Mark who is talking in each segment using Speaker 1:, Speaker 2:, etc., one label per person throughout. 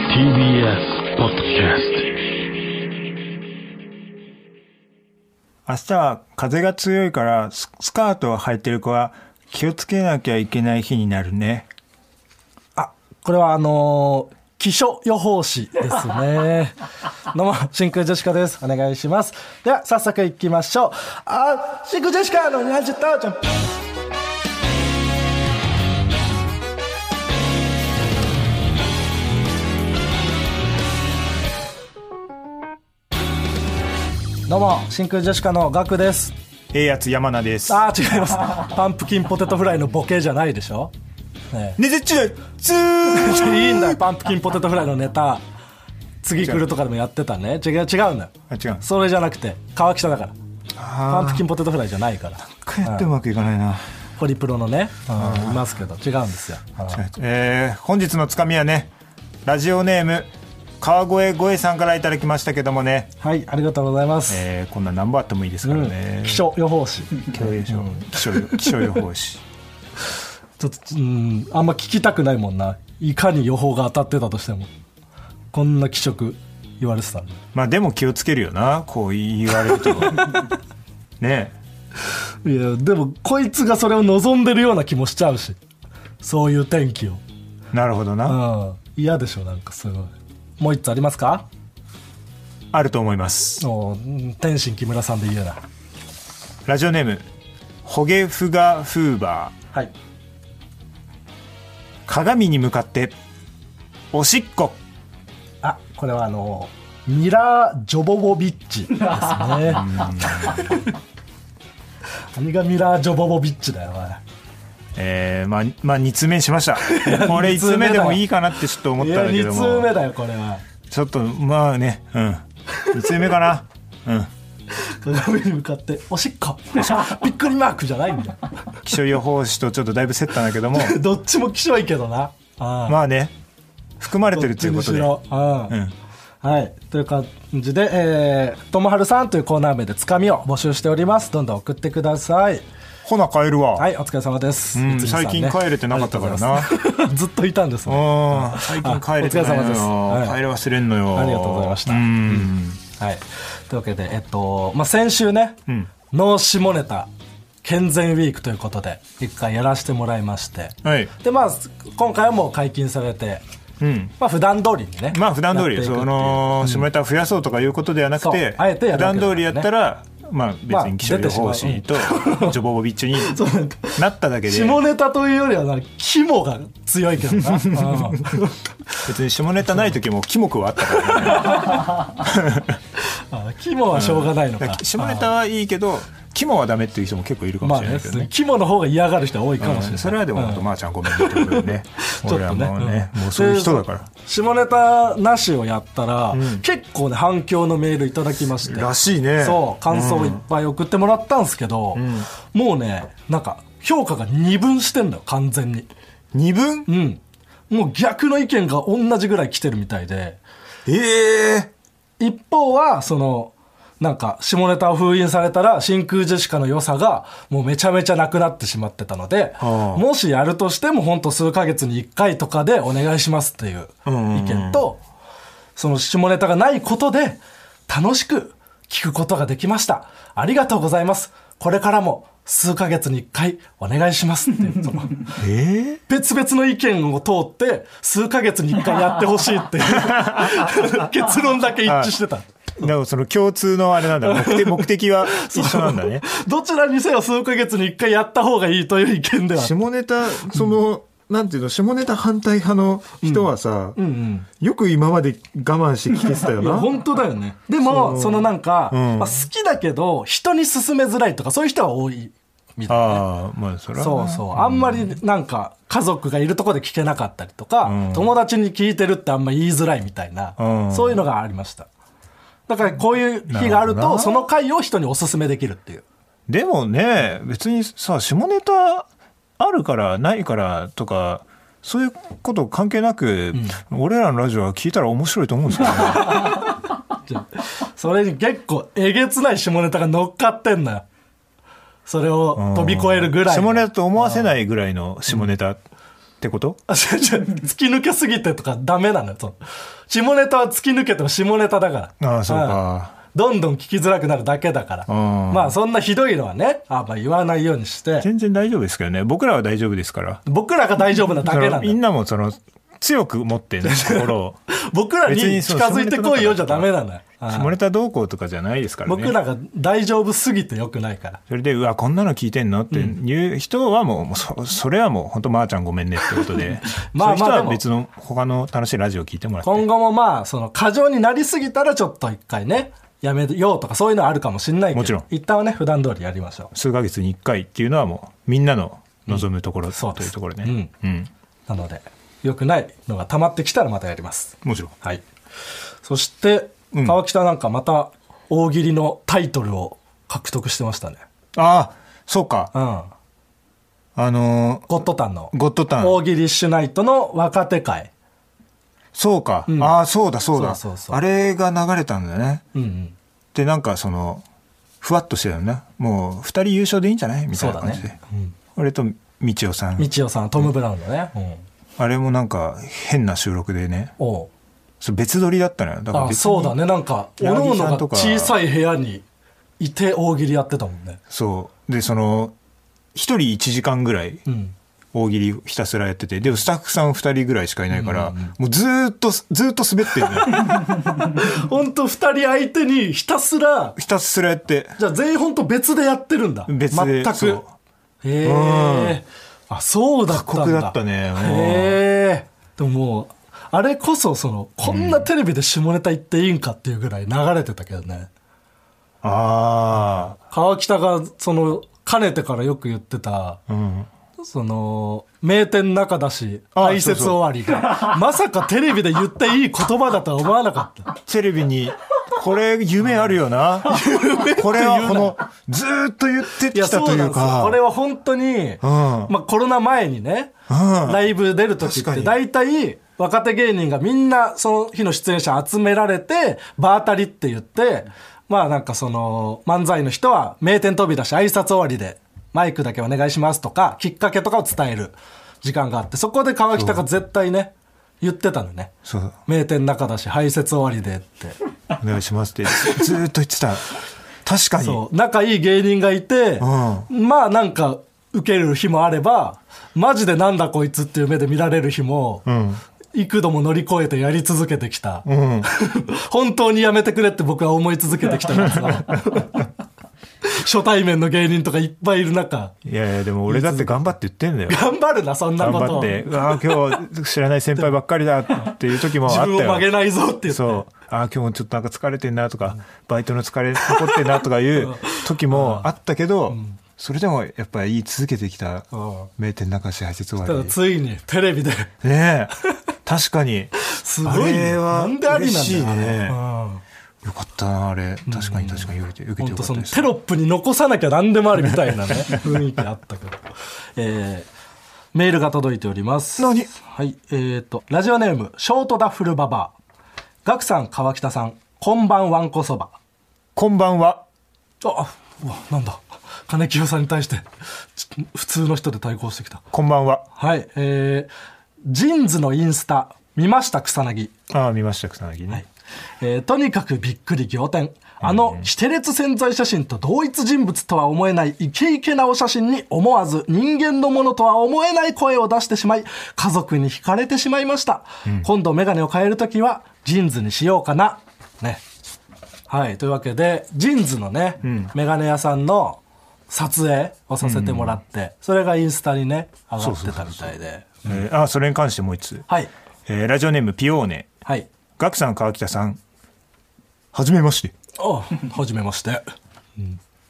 Speaker 1: TBS ポッドキャスト
Speaker 2: 明日は風が強いからススカートを履いてる子は気をつけなきゃいけない日になるね。
Speaker 3: あ、これはあのー気象予報士ですね。どうも、真空ジェシカです。お願いします。では、早速行きましょう。あ、真空ジェシカのラジオタウンジャンプどうも、真空ジェシカのガクです。
Speaker 2: ええやつ山名です。
Speaker 3: あー、違います。パンプキンポテトフライのボケじゃないでしょ。ねえ
Speaker 2: ねぜちゅつー
Speaker 3: いやいいんだよ、パンプキンポテトフライのネタ。次来るとかでもやってたね。違う、違うんだよ。
Speaker 2: あ、違う。
Speaker 3: それじゃなくて、川北だから。パンプキンポテトフライじゃないから。
Speaker 2: こうやってうまくいかないな。
Speaker 3: ホリプロのね、うんいますけど、違うんですよ。うん
Speaker 2: えー、本日のつかみはね、ラジオネーム、川越ゴエさんからいただきましたけどもね、
Speaker 3: はい、ありがとうございます。
Speaker 2: えー、こんな何本あってもいいです
Speaker 3: う
Speaker 2: からね
Speaker 3: ん。気象予報士。
Speaker 2: 気象予報気象予気象予報士。
Speaker 3: ちょっと、うん、あんま聞きたくないもんな。いかに予報が当たってたとしても。こんな気色言われてたのに
Speaker 2: まあでも気をつけるよな、こう言われる と。ね
Speaker 3: いや、でも、こいつがそれを望んでるような気もしちゃうし。そういう天気を。
Speaker 2: なるほどな。
Speaker 3: うん嫌でしょなんかすごいもう一つありますか
Speaker 2: あると思います。
Speaker 3: おー天心木村さんで言うな
Speaker 2: ラジオネーム、ホゲフガフーバー。
Speaker 3: はい
Speaker 2: 鏡に向かっておしっこ
Speaker 3: あこれはあのミラー・ジョボボビッチですねあ れがミラー・ジョボボビッチだよお
Speaker 2: えー、まあ、まあ、2通目にし ましたこれ1通目でもいいかなってちょっと思っ
Speaker 3: いい
Speaker 2: たん
Speaker 3: や
Speaker 2: だけど
Speaker 3: 2通目
Speaker 2: も
Speaker 3: だよこれは
Speaker 2: ちょっとまあねうん2通目か なうん
Speaker 3: 鏡に向かっておしっこびっくりマークじゃないんだよ
Speaker 2: 気象予報士とちょっとだいぶ競ったんだけども
Speaker 3: どっちもきしょいけどなああ
Speaker 2: まあね含まれ
Speaker 3: ど
Speaker 2: てる
Speaker 3: っ
Speaker 2: と
Speaker 3: ち
Speaker 2: いうこ
Speaker 3: に
Speaker 2: と
Speaker 3: し
Speaker 2: で、
Speaker 3: ろうん
Speaker 2: うん、
Speaker 3: はい。という感じで、えー、ともはるさんというコーナー名でつかみを募集しております。どんどん送ってください。
Speaker 2: ほな帰るわ、
Speaker 3: はい、お疲れ様です。
Speaker 2: うん
Speaker 3: 三井さんね
Speaker 2: 最近帰れてなかったからな
Speaker 3: ありがとうございます ずっといたんですね。
Speaker 2: うん最近帰れてない
Speaker 3: あお疲れ様
Speaker 2: の
Speaker 3: です
Speaker 2: よ、
Speaker 3: はい
Speaker 2: 帰れ忘れんのよ
Speaker 3: ありがとうございました
Speaker 2: うん
Speaker 3: はい。というわけで、えっと、まあ、先週ね、
Speaker 2: ん
Speaker 3: 脳下ネタ健全ウィークということで、一回やらせてもらいまして。
Speaker 2: はい
Speaker 3: で、まあ、今回はもう解禁されて、
Speaker 2: うん
Speaker 3: まあ、普段通りにね。
Speaker 2: まあ普段通り
Speaker 3: やっていくっ
Speaker 2: そ
Speaker 3: てい
Speaker 2: うの下ネタを増やそうとかいうことではなくて
Speaker 3: そうあえてや
Speaker 2: 普
Speaker 3: るわ
Speaker 2: 段
Speaker 3: けだか
Speaker 2: 通
Speaker 3: らね
Speaker 2: りやったらまあ別
Speaker 3: まあ
Speaker 2: に気象予報士とジョボボビッチに
Speaker 3: そうなんか
Speaker 2: なっただけで
Speaker 3: 下ネタというよりはな、肝が強いけど な。うん
Speaker 2: 別に下ネタない時もキモくはあったからね
Speaker 3: あ肝はしょうがないのか,、
Speaker 2: だから下ネタはいいけどキモはダメっていう人も結構いるか
Speaker 3: ま
Speaker 2: も
Speaker 3: あ
Speaker 2: しれな
Speaker 3: ね
Speaker 2: いけどね
Speaker 3: 肝の方が嫌がる人は多いかもしれない、
Speaker 2: うんそれはでも本当まーちゃん ごめんねってことでね
Speaker 3: ちょっと
Speaker 2: 俺
Speaker 3: ね
Speaker 2: はもうね
Speaker 3: うん
Speaker 2: もうそういう人だから
Speaker 3: 下ネタなしをやったら、結構ね反響のメールいただきまして
Speaker 2: らしいね
Speaker 3: そう感想をいっぱい送ってもらったんですけど、もうねなんか評価が二分してんだよ完全に
Speaker 2: 二分
Speaker 3: うんもう逆の意見が同じぐらい来てるみたいで
Speaker 2: ええ
Speaker 3: 一方はそのなんか下ネタを封印されたら真空ジェシカの良さがもうめちゃめちゃなくなってしまってたので
Speaker 2: ああ
Speaker 3: もしやるとしても本当数ヶ月に1回とかでお願いしますっていう意
Speaker 2: んうんうん
Speaker 3: 見とその下ネタがないことで楽しく聞くことができましたありがとうございますこれからも数ヶ月に1回お願いしますって いうその
Speaker 2: え
Speaker 3: 別々の意見を通って数ヶ月に1回やってほしい っていう結論だけ一致してた。
Speaker 2: えでもその共通のあれなんだ目的目的は一緒なんだ ね
Speaker 3: どちらにせよ数ヶ月に一回やった方がいいという意見で は。
Speaker 2: 下ネタその、なんていうの下ネタ反対派の人はさ、
Speaker 3: うん
Speaker 2: よく今まで我慢して聞けてたよ
Speaker 3: いや、
Speaker 2: な
Speaker 3: 本当だよね。でも、そのなんか、
Speaker 2: ん
Speaker 3: まあ、好きだけど、人に勧めづらいとか、そういう人は多い。みたいな。
Speaker 2: ああまあそれは
Speaker 3: そうそう。あんまりなんか、家族がいるとこで聞けなかったりとか、
Speaker 2: うん
Speaker 3: 友達に聞いてるってあんま言いづらいみたいな、
Speaker 2: うん
Speaker 3: そういうのがありました。だから、こういう日があ
Speaker 2: なるほ
Speaker 3: る
Speaker 2: ど
Speaker 3: と、
Speaker 2: な
Speaker 3: その回を人にお勧めできるっていう。
Speaker 2: でもね別にさ下ネタあるからないからとかそういうこと関係なく、俺らのラジオは聞いたら面白いと思うんですけど、ね、
Speaker 3: じゃあそれに結構えげつない下ネタが乗っかってんのよ。 それを飛び越えるぐらいの。
Speaker 2: 下ネタと思わせないぐらいの下ネタ、ってこと
Speaker 3: あ、違う違う、突き抜けすぎてとかダメなのよ。その下ネタは突き抜けても下ネタだから。
Speaker 2: ああそうか
Speaker 3: んどんどん聞きづらくなるだけだから。
Speaker 2: うん
Speaker 3: まあそんなひどいのはね、あんま言わないようにして、
Speaker 2: 全然大丈夫ですけどね僕らは大丈夫ですから
Speaker 3: 僕らが大丈夫なだけ
Speaker 2: そ
Speaker 3: な
Speaker 2: の
Speaker 3: んだ
Speaker 2: み
Speaker 3: よ
Speaker 2: ん。なもその強く持ってね心 を
Speaker 3: 僕らに
Speaker 2: 別にそ
Speaker 3: 近
Speaker 2: う
Speaker 3: づいてこいよじゃダメなのよ。うん
Speaker 2: 下ネタ動向とかじゃないですからね
Speaker 3: 僕らが大丈夫すぎてよくないから。
Speaker 2: それでうわこんなの聞いてんのっていう人はもう、もうそそれはもう本当まーちゃんごめんねってことで
Speaker 3: まあまあ
Speaker 2: そういう
Speaker 3: で
Speaker 2: 人
Speaker 3: も
Speaker 2: は別の他の楽しいラジオ聞いてもらって
Speaker 3: 今後もまあ、その過剰になりすぎたらちょっと一回ね、やめようとかそういうのはあるかもしれないけど、
Speaker 2: もちろん
Speaker 3: 一旦はね、普段通りやりましょう。
Speaker 2: 数ヶ月に1回っていうのはもうみんなの望むところ、
Speaker 3: そうで
Speaker 2: と
Speaker 3: す
Speaker 2: いうところね、うん
Speaker 3: なので、良くないのが溜まってきたらまたやります。
Speaker 2: もちろん
Speaker 3: はい。そして、
Speaker 2: うん
Speaker 3: 川北なんかまた大喜利のタイトルを獲得してましたね。
Speaker 2: ああそうか
Speaker 3: うん。
Speaker 2: あの
Speaker 3: ゴッドタンの
Speaker 2: ーゴッドタン
Speaker 3: 大喜利シュナイトの若手会。
Speaker 2: そうか、
Speaker 3: ん
Speaker 2: ああそうだそうだ
Speaker 3: そうそうそう
Speaker 2: あれが流れたんだね
Speaker 3: うんうん。
Speaker 2: でなんかそのふわっとしてたよねもう2人優勝でいいんじゃないみた
Speaker 3: そ
Speaker 2: いうな
Speaker 3: だ
Speaker 2: 感じで、
Speaker 3: ね。うん。
Speaker 2: 俺とみちおさん
Speaker 3: みちおさん、トム・ブラウンのね。うん。
Speaker 2: あれもなんか変な収録でね
Speaker 3: おう
Speaker 2: そう別撮りだったのよだから
Speaker 3: あ、
Speaker 2: 別に
Speaker 3: そうだね。なんか、お
Speaker 2: 八
Speaker 3: の
Speaker 2: 木さ
Speaker 3: の
Speaker 2: ん
Speaker 3: が
Speaker 2: とか
Speaker 3: 小さい部屋にいて大喜利やってたもんね。
Speaker 2: そうでその1人1時間ぐらい
Speaker 3: うん。
Speaker 2: 大喜利ひたすらやっててでもスタッフさん2人ぐらいしかいないから、もうずーっとずーっと滑ってる のよ
Speaker 3: ほんと二人相手にひたすら、
Speaker 2: ひたすらやって
Speaker 3: じゃあ全員ほんと別でやってるんだ。
Speaker 2: 別で
Speaker 3: 全
Speaker 2: そ
Speaker 3: く
Speaker 2: う。
Speaker 3: へえ。あ、そうだったんだ。
Speaker 2: 過酷だったねもう
Speaker 3: へえ。でももう、あれこそ、その、こんなテレビで下ネタ言っていいんかっていうぐらい流れてたけどね。
Speaker 2: あ
Speaker 3: 川北が、その、かねてからよく言ってた、
Speaker 2: あうん
Speaker 3: その、名店中だし、
Speaker 2: あ
Speaker 3: 挨
Speaker 2: そう
Speaker 3: 拶
Speaker 2: そう
Speaker 3: 終わりが、まさかテレビで言っていい言葉だとは思わなかった。
Speaker 2: テレビにこれ夢あるよな これはこのずーっと言ってきたという
Speaker 3: よ
Speaker 2: か
Speaker 3: これは本当に、まあコロナ前にね、
Speaker 2: うん
Speaker 3: ライブ出る時って
Speaker 2: 確か
Speaker 3: 大体若手芸人がみんなその日の出演者集められて、場当たりって言って、まあなんかその漫才の人は名店飛び出し挨拶終わりでマイクだけお願いしますとか、きっかけとかを伝える時間があって、そこで川北が絶対ね、言ってたのね。
Speaker 2: そう
Speaker 3: 名店中だし、排泄終わりでって。
Speaker 2: お願いしますってずーっと言ってた確かに
Speaker 3: そう仲いい芸人がいて、まあなんか受ける日もあればマジでなんだこいつっていう目で見られる日も、幾度も乗り越えてやり続けてきた、 本当にやめてくれって僕は思い続けてきたやつ が初対面の芸人とかいっぱいいる中
Speaker 2: いやいやでも俺だって頑張って言ってんだよ
Speaker 3: 頑張るなそんな
Speaker 2: 頑
Speaker 3: こと
Speaker 2: 張
Speaker 3: を
Speaker 2: ってうわー今日知らない先輩ばっかりだっていう時もあっ
Speaker 3: 自
Speaker 2: たよ
Speaker 3: 分を曲げないぞって言って
Speaker 2: そう。ああ、今日もちょっとなんか疲れてんなとか、バイトの疲れ残ってんなとか いう時もあったけど、それでもやっぱり言い続けてきた
Speaker 3: うん
Speaker 2: 名店中市配説終
Speaker 3: た
Speaker 2: わ
Speaker 3: だ
Speaker 2: り。
Speaker 3: ついにテレビで
Speaker 2: ねえ。確かに。
Speaker 3: すごい
Speaker 2: あれ
Speaker 3: ね
Speaker 2: は
Speaker 3: なんであり
Speaker 2: 嬉
Speaker 3: なんだ
Speaker 2: しい
Speaker 3: よあれ
Speaker 2: ね。
Speaker 3: うん
Speaker 2: よかったな、あれ。確かに確かに受けて、受けて
Speaker 3: 本
Speaker 2: よか
Speaker 3: 当
Speaker 2: っ
Speaker 3: そ
Speaker 2: た
Speaker 3: の
Speaker 2: です
Speaker 3: テ。ロップに残さなきゃ何でもあるみたい なね雰囲気あったけど、えーメールが届いております
Speaker 2: 何
Speaker 3: はいえー、とラジオネームショートダッフルババアガクさん川北さんこんばんわんこそば
Speaker 2: こんばんは。
Speaker 3: ああうわなんだ金清さんに対してちょっと普通の人で対抗してきた
Speaker 2: こんばんは。
Speaker 3: はいえー、ジーンズのインスタ見ました草薙
Speaker 2: ああ、見ました、草薙ね。
Speaker 3: えーとにかくびっくり仰天あのキテレツ潜在写真と同一人物とは思えないイケイケなお写真に思わず人間のものとは思えない声を出してしまい家族に惹かれてしまいました、今度メガネを変える時はジーンズにしようかなねはいというわけでジーンズのね、メガネ屋さんの撮影をさせてもらって、それがインスタにね上がってたみたいで
Speaker 2: えーああ、それに関してもう一つ。
Speaker 3: はい
Speaker 2: えーラジオネーム、ピオーネ。
Speaker 3: はい
Speaker 2: ガクさん、川北さん。はじめまして。
Speaker 3: おはじめまして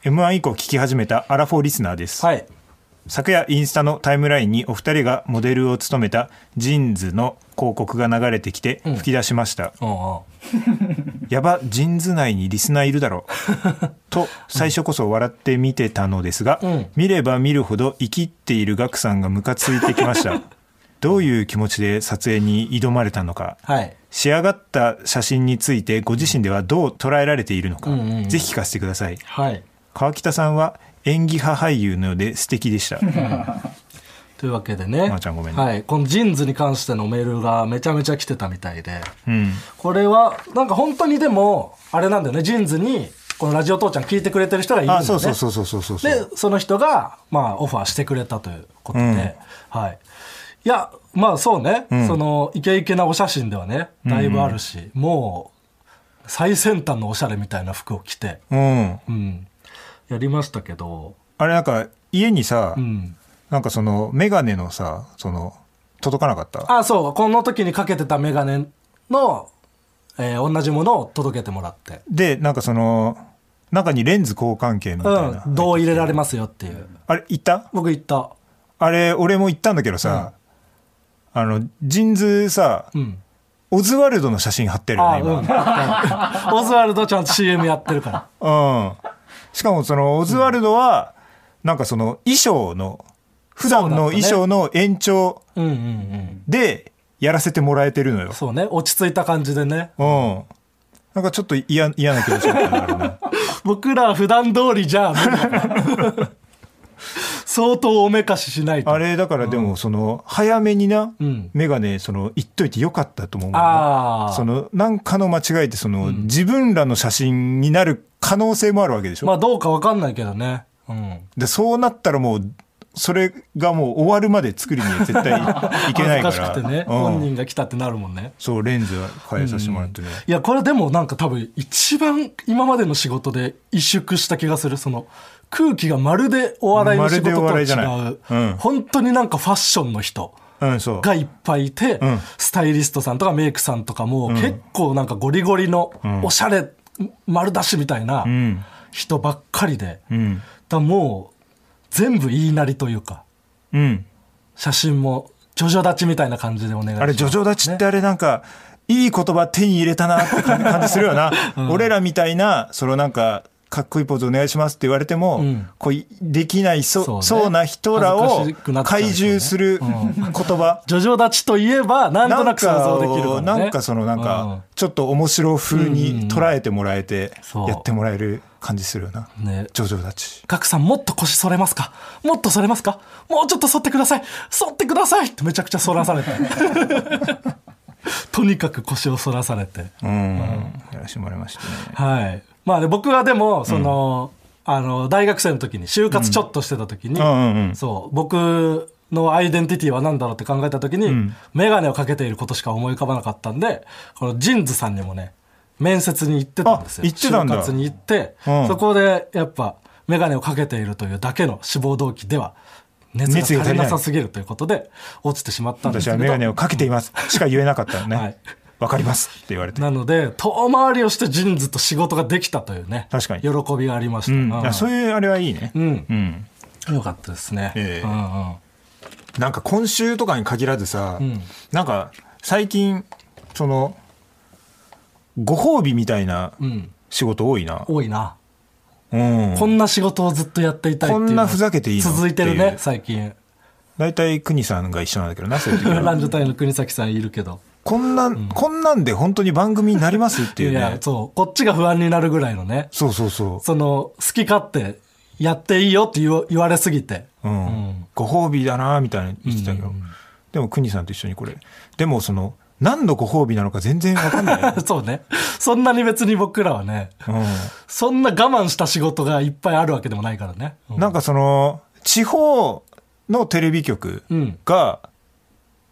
Speaker 2: M1 以降聞き始めたアラフォーリスナーです。
Speaker 3: はい
Speaker 2: 昨夜インスタのタイムラインにお二人がモデルを務めたジーンズの広告が流れてきて吹き出しました、
Speaker 3: うんうん
Speaker 2: やばジーンズ内にリスナーいるだろう と最初こそ笑って見てたのですが、
Speaker 3: ん
Speaker 2: 見れば見るほど生きっているガクさんがムカついてきました どういう気持ちで撮影に挑まれたのか
Speaker 3: はい
Speaker 2: 仕上がった写真についてご自身ではどう捉えられているのか、
Speaker 3: うんうんうん
Speaker 2: ぜひ聞かせてください
Speaker 3: はい
Speaker 2: 川北さんは演技派俳優のようで素敵でした
Speaker 3: というわけでね、
Speaker 2: まーちゃんごめんね
Speaker 3: はい、このジーンズに関してのメールがめちゃめちゃ来てたみたいで、
Speaker 2: うん。
Speaker 3: これはなんか本当にでもあれなんだよねジーンズにこのラジオ父ちゃん聞いてくれてる人がいるんだよ
Speaker 2: あ、
Speaker 3: ね
Speaker 2: そうそうそうそうそうそう。
Speaker 3: でその人が、まあ、オファーしてくれたということで、
Speaker 2: うん
Speaker 3: はい、いやまあそうね、
Speaker 2: ん
Speaker 3: そのイケイケなお写真ではねだいぶあるし、もう最先端のおしゃれみたいな服を着て、
Speaker 2: うん。
Speaker 3: うん、やりましたけど、
Speaker 2: あれなんか、家にさ、
Speaker 3: うん、
Speaker 2: なんかその、メガネのさ、その、届かなかった。
Speaker 3: あそうこの時にかけてた眼鏡の、えー同じものを届けてもらって、
Speaker 2: で、なんかその、中にレンズ交換系みたいな。
Speaker 3: うん、どう入れられますよっていう
Speaker 2: あれ、行った
Speaker 3: 僕言った、
Speaker 2: あれ、俺も行ったんだけどさ、あの、ジンズさ、
Speaker 3: うん、
Speaker 2: オズワルドの写真貼ってるよ
Speaker 3: あ
Speaker 2: ね、今。
Speaker 3: うんオズワルドちゃんと CM やってるから
Speaker 2: うん。しかもそのオズワルドは、なんかその衣装の、普段の衣装の延長
Speaker 3: うんうんうん
Speaker 2: でやらせてもらえてるのよ。
Speaker 3: そうね落ち着いた感じでね
Speaker 2: うん。なんかちょっと嫌、嫌な気がしちゃったなあれ ね
Speaker 3: 僕ら普段通りじゃ 相当おめかししないと
Speaker 2: あれだからでもその、早めにな
Speaker 3: うん、
Speaker 2: メガネ、その、言っといてよかったと思うのよ
Speaker 3: ああ
Speaker 2: その、なんかの間違いでその、自分らの写真になる可能性もあるわけでしょ。
Speaker 3: まあどうかわかんないけどねうん
Speaker 2: で、そうなったらもう、それがもう終わるまで作りには絶対いけないから。
Speaker 3: 恥ずかしくてね、
Speaker 2: うん
Speaker 3: 本人が来たってなるもんね
Speaker 2: そう、レンズは変えさせてもらってね。
Speaker 3: いやこれでもなんか多分一番今までの仕事で萎縮した気がするその空気がまるでお笑いの仕事と
Speaker 2: ま
Speaker 3: は
Speaker 2: る
Speaker 3: 違
Speaker 2: でお笑
Speaker 3: う
Speaker 2: いじゃないうん
Speaker 3: 本当になんかファッションの人
Speaker 2: うん、そう。
Speaker 3: がいっぱいいて、
Speaker 2: ん
Speaker 3: スタイリストさんとかメイクさんとかも結構なんかゴリゴリのおしゃれ丸出しみたいな
Speaker 2: うん。
Speaker 3: 人ばっかりで、
Speaker 2: う
Speaker 3: だか
Speaker 2: ん。
Speaker 3: らもう全部言いなりというか
Speaker 2: うん。
Speaker 3: 写真もジョジョ立ちみたいな感じでお願いします
Speaker 2: あれ、ジョジョ立ちってあれなんか、いい言葉手に入れたなって感じ感じするよな。俺らみたいな、そのなんか、かっこいいポーズお願いしますって言われても、
Speaker 3: うん
Speaker 2: こういできないそ
Speaker 3: そう
Speaker 2: う,、
Speaker 3: ね
Speaker 2: な人らを
Speaker 3: 恥ずかしくなっちゃうよね
Speaker 2: 怪獣する言葉。
Speaker 3: ジョジョ立ちといえばなんとなく想像できるから、ね、
Speaker 2: なんかそのなん
Speaker 3: うん
Speaker 2: か、ちょっと面白風に捉えてもらえて
Speaker 3: そう、
Speaker 2: やってもらえる感じするよな。
Speaker 3: ね
Speaker 2: ジョジョ立ち。
Speaker 3: ガクさんもっと腰反れますかもっと反れますかもうちょっと反ってください反ってくださいってめちゃくちゃ反らされて とにかく腰を反らされて
Speaker 2: うん。やらせてもらいましたね。
Speaker 3: はいまあね僕はでもその、あの大学生の時に就活ちょっとしてた時に、
Speaker 2: うんうんうん
Speaker 3: そう僕のアイデンティティは何だろうって考えた時に、眼鏡をかけていることしか思い浮かばなかったんでこのジンズさんにもね面接に行ってたんですよ
Speaker 2: あ行ってたんだ
Speaker 3: 就活に行って、
Speaker 2: うん
Speaker 3: そこでやっぱ眼鏡をかけているというだけの志望動機では熱
Speaker 2: 熱が
Speaker 3: が足
Speaker 2: 足
Speaker 3: り
Speaker 2: り
Speaker 3: な
Speaker 2: ない
Speaker 3: さすぎるということで落ちてしまったんです
Speaker 2: 私
Speaker 3: け
Speaker 2: は
Speaker 3: ど
Speaker 2: 眼鏡をかけていますしか言えなかったのね。
Speaker 3: は
Speaker 2: わ
Speaker 3: い、
Speaker 2: かりますって言われて。
Speaker 3: なので、遠回りをしてジーンズと仕事ができたというね。
Speaker 2: 確かに
Speaker 3: 喜びがありました。
Speaker 2: う、
Speaker 3: うんん
Speaker 2: あそういうあれはいいね。
Speaker 3: うん
Speaker 2: うん。
Speaker 3: よかったですね。
Speaker 2: ええ
Speaker 3: うんうん
Speaker 2: なんか今週とかに限らずさ、
Speaker 3: ん
Speaker 2: なんか最近、その、ご褒美みたいな
Speaker 3: うん。
Speaker 2: 仕事多いな。
Speaker 3: 多いな。
Speaker 2: うん。
Speaker 3: こんな仕事をずっとやっていたいっていうのが。
Speaker 2: こんなふざけていいの
Speaker 3: 続いてる
Speaker 2: って
Speaker 3: ね
Speaker 2: い、う
Speaker 3: 最近。
Speaker 2: 大体国さんが一緒なんだけどな、そういう時
Speaker 3: ラ
Speaker 2: は。
Speaker 3: ンジャタイの国崎さんいるけど。
Speaker 2: こんな、こんなんで本当に番組になりますっていう
Speaker 3: い
Speaker 2: ね
Speaker 3: や、。そう。こっちが不安になるぐらいのね。
Speaker 2: そうそうそ
Speaker 3: その、好き勝手やっていいよって言わ言われすぎて。
Speaker 2: う。うん。
Speaker 3: うん
Speaker 2: ご褒美だな、みたいな言ってたけど。でも国さんと一緒にこれ。でもその、何のご褒美なのか全然わかんない。
Speaker 3: そうね。そんなに別に僕らはね、
Speaker 2: う
Speaker 3: そんな我慢した仕事がいっぱいあるわけでもないからね。うん
Speaker 2: ん、なんかその地方のテレビ局
Speaker 3: うん
Speaker 2: が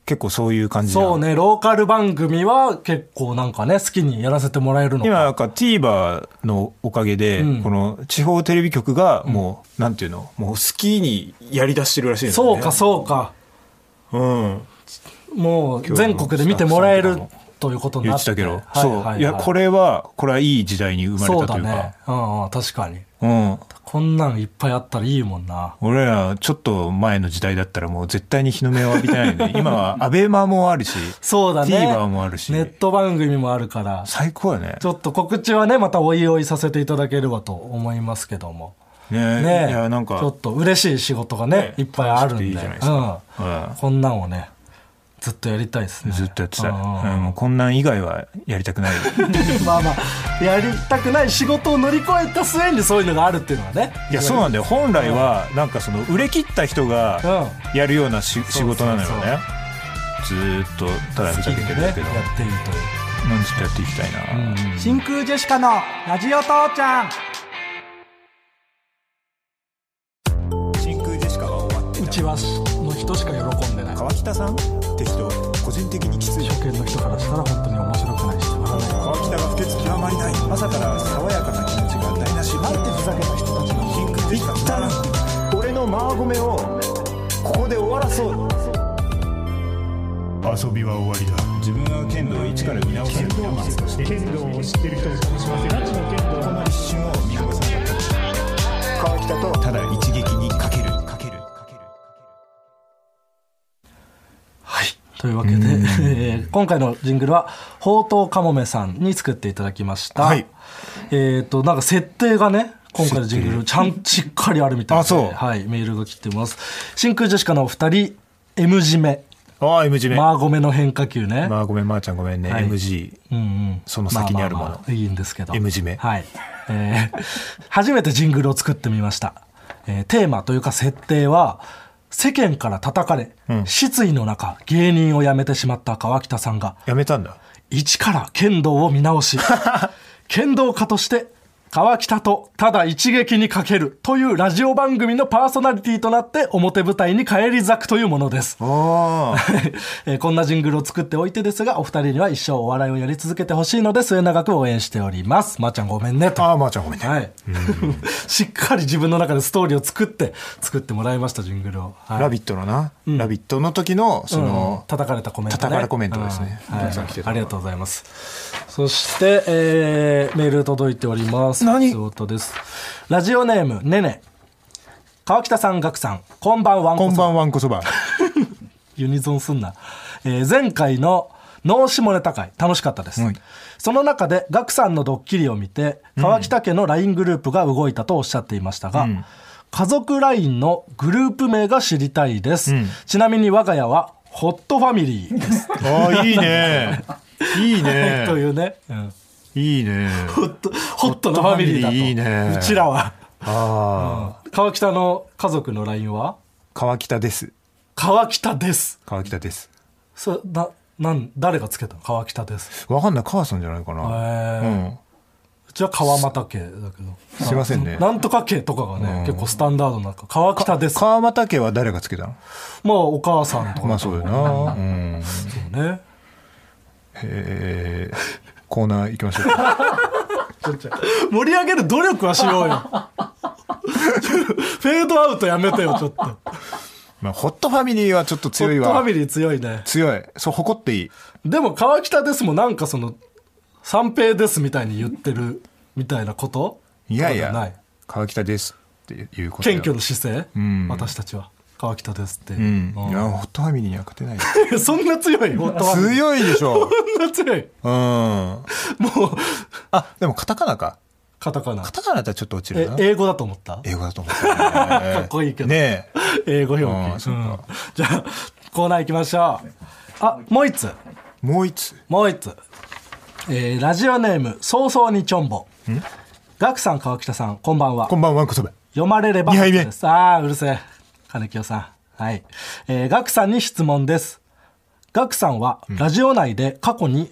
Speaker 2: 結構そういう感じな
Speaker 3: そうね、ローカル番組は結構なんかね、好きにやらせてもらえるの
Speaker 2: 今
Speaker 3: か。
Speaker 2: なんか TVer のおかげで、
Speaker 3: うん
Speaker 2: この地方テレビ局がもう、なんていうのもう好きにやりだしてるらしいのね
Speaker 3: そうか、そうか。
Speaker 2: う、うん、
Speaker 3: もう全国で見てもらえるということに
Speaker 2: 言
Speaker 3: な
Speaker 2: っ
Speaker 3: ってて
Speaker 2: たけど、
Speaker 3: はい
Speaker 2: そう、
Speaker 3: はい
Speaker 2: い
Speaker 3: は
Speaker 2: や
Speaker 3: い
Speaker 2: これはこれはいい時代に生ま
Speaker 3: そう
Speaker 2: れた
Speaker 3: だ
Speaker 2: というか
Speaker 3: ね。うんうん、確かに。
Speaker 2: うん、
Speaker 3: こんなんいっぱいあったらいいもんな。
Speaker 2: 俺らちょっと前の時代だったらもう絶対に日の目を浴びてないよ ね今はアベマもあるし
Speaker 3: そうだね。
Speaker 2: TVer もあるし
Speaker 3: ネット番組もあるから。
Speaker 2: 最高やね
Speaker 3: ちょっと告知はね、またおいおいさせていただければと思いますけども。
Speaker 2: ね
Speaker 3: ね
Speaker 2: いやなんか
Speaker 3: ちょっと嬉しい仕事がね、
Speaker 2: ね
Speaker 3: いっぱいあるん
Speaker 2: 楽しくてい
Speaker 3: で。
Speaker 2: いじゃないですか
Speaker 3: うん。こんなんをね、ずっとやりたいですね
Speaker 2: ずっとやってたい、
Speaker 3: あー
Speaker 2: うん、もうこんなん以外はやりた くない
Speaker 3: まあまあやりたくない仕事を乗り越えた末にそういうのがあるっていうのはね
Speaker 2: いやそうなんだよ本来はなんかその売れ切った人がやるようなし仕事なのよ
Speaker 3: そうそう
Speaker 2: ねずーっとただ
Speaker 3: 好
Speaker 2: ふ
Speaker 3: き
Speaker 2: ざ
Speaker 3: に
Speaker 2: けて
Speaker 3: ね
Speaker 2: る
Speaker 3: や
Speaker 2: だ
Speaker 3: って
Speaker 2: け
Speaker 3: る
Speaker 2: ど、
Speaker 3: という
Speaker 2: うんちょっとやっていきたいな、
Speaker 3: 真空ジェシカのラジオ父ちゃん
Speaker 4: 真空ジェシカは終わって
Speaker 3: う
Speaker 4: た
Speaker 3: ちはの人しか喜んでない
Speaker 4: 川北さんって人個人的にきつい
Speaker 3: 初見の人からしたら本当に面白くないしつまらない
Speaker 4: 川北が不潔極まりない朝から爽やかな気持ちが台無しなんてふざけた人たちの真空ジェシカ一旦俺のマーゴメをここで終わらそう
Speaker 5: 遊びは終わりだ
Speaker 2: 自分は剣道一から見直されて
Speaker 5: 剣道を知ってる人を楽しませる
Speaker 2: この一瞬を見逃さなか
Speaker 4: 川
Speaker 2: っ
Speaker 4: 北と
Speaker 2: たただ一撃にかけるかけるかける
Speaker 3: はい。というわ けで、えー今回のジングルは、ほうとうかもめさんに作っていただきました。
Speaker 2: はい
Speaker 3: えっ、と、なんか設定がね、今回のジングル、ちゃんしっかりあるみたいで、
Speaker 2: あそう
Speaker 3: はい、メールが来てます。真空ジェシカのお二人、M 締め、
Speaker 2: ああ MG ねま
Speaker 3: マーゴメの変化球ね。
Speaker 2: あごめんまー、ちゃんごめんね、
Speaker 3: はい
Speaker 2: MG
Speaker 3: うんうん、
Speaker 2: その先にあるもの
Speaker 3: まままいいんですけど
Speaker 2: M 締め
Speaker 3: はい、えー初めてジングルを作ってみました、えーテーマというか設定は世間から叩かれ、失意の中芸人を辞めてしまった川北さんが
Speaker 2: やめたんだ
Speaker 3: 一から剣道を見 直し剣道家として川北とただ一撃にかけるというラジオ番組のパーソナリティとなって表舞台に返り咲くというものです
Speaker 2: ああ
Speaker 3: えーこんなジングルを作っておいてですが、お二人には一生お笑いをやり続けてほしいので、末永く応援しております。まー、ちゃんごめんねと。
Speaker 2: ああまー、ちゃんごめんね、
Speaker 3: はい。 しっかり自分の中でストーリーを作って、作ってもらいました、ジングルを。はい
Speaker 2: ラビットのな、ラビットの時のそ
Speaker 3: うん
Speaker 2: の、
Speaker 3: 叩かれたコメント、ね。
Speaker 2: 叩かれコメントですね
Speaker 3: うんはい
Speaker 2: たくさん来てた
Speaker 3: ありがとうございます。そして、えーメール届いております。何です。ラジオネーム、ねね。川北さん、ガクさん、こんばんは。
Speaker 2: こんばんはんこそば
Speaker 3: ユニゾンすんな。えー前回の脳下ネタ会、楽しかったです。
Speaker 2: はい
Speaker 3: その中で、ガクさんのドッキリを見て、川北家の LINE グループが動いたとおっしゃっていましたが、家族 LINE のグループ名が知りたいです。ちなみに我が家は、ホットファミリーです。
Speaker 2: ああいいねいい ね
Speaker 3: というね、
Speaker 2: いいね
Speaker 3: ホット、ホットなファミリーだ
Speaker 2: ホ
Speaker 3: と。
Speaker 2: ットファミリーいいね
Speaker 3: うちらは。
Speaker 2: ああ
Speaker 3: 川北の家族の LINE は、
Speaker 2: 川北です
Speaker 3: 川北です。
Speaker 2: 川北です
Speaker 3: そな、なん、誰がつけたの川北です。
Speaker 2: わかんない母さんじゃないか
Speaker 3: え
Speaker 2: な、
Speaker 3: ー
Speaker 2: うん
Speaker 3: うちは川俣家だけど。
Speaker 2: すいませんね
Speaker 3: なんとか家とかがね、結構スタンダードなんか、川北です。
Speaker 2: 川又家は誰がつけたの
Speaker 3: まあ、お母さんとか
Speaker 2: ま
Speaker 3: ね
Speaker 2: あそうだよなうん
Speaker 3: ね。
Speaker 2: えーコーナー行きましょう か
Speaker 3: 盛り上げる努力はしよ うよ。フェードアウトやめてよ、ちょっと。ホ
Speaker 2: まあホットファミリーはちょっと強い
Speaker 3: ットファ
Speaker 2: わ
Speaker 3: ミリー強いね。
Speaker 2: 強いそう誇っていい
Speaker 3: でも、川北ですもなんかその、三平ですみたいに言ってるみたいなこと
Speaker 2: いやい
Speaker 3: とかじゃな
Speaker 2: や
Speaker 3: い
Speaker 2: 川北ですっていうことだ
Speaker 3: 謙
Speaker 2: よ
Speaker 3: 虚の姿勢、
Speaker 2: ん
Speaker 3: 私たちは。川北ですって。
Speaker 2: うん
Speaker 3: うん
Speaker 2: いやホットファミリーには勝てないよ
Speaker 3: そんな強い、ホットファミリー。
Speaker 2: 強いでしょ
Speaker 3: そんな強い。
Speaker 2: うんあ
Speaker 3: もう、
Speaker 2: でもカタカナか
Speaker 3: カタカナ
Speaker 2: カ。タカナだったらちょっと落ち
Speaker 3: え
Speaker 2: るな
Speaker 3: 英語だと思った
Speaker 2: 英語だと思った、ね、か
Speaker 3: っこいいけど
Speaker 2: ねえ
Speaker 3: 英語
Speaker 2: あ
Speaker 3: 表
Speaker 2: ー
Speaker 3: 記、
Speaker 2: そうっか
Speaker 3: んじゃあコーナー行きましょうあもう一つ
Speaker 2: もう一つ
Speaker 3: もう一つ、えーラジオネーム「早々にちょんぼ」ガクさん川北さんこんばんは
Speaker 2: こんばんはわんこそば
Speaker 3: 読まれれば
Speaker 2: 二杯目
Speaker 3: ですああうるせえ金清さんはい、えーガクさんに質問ですガクさんはラジオ内で過去に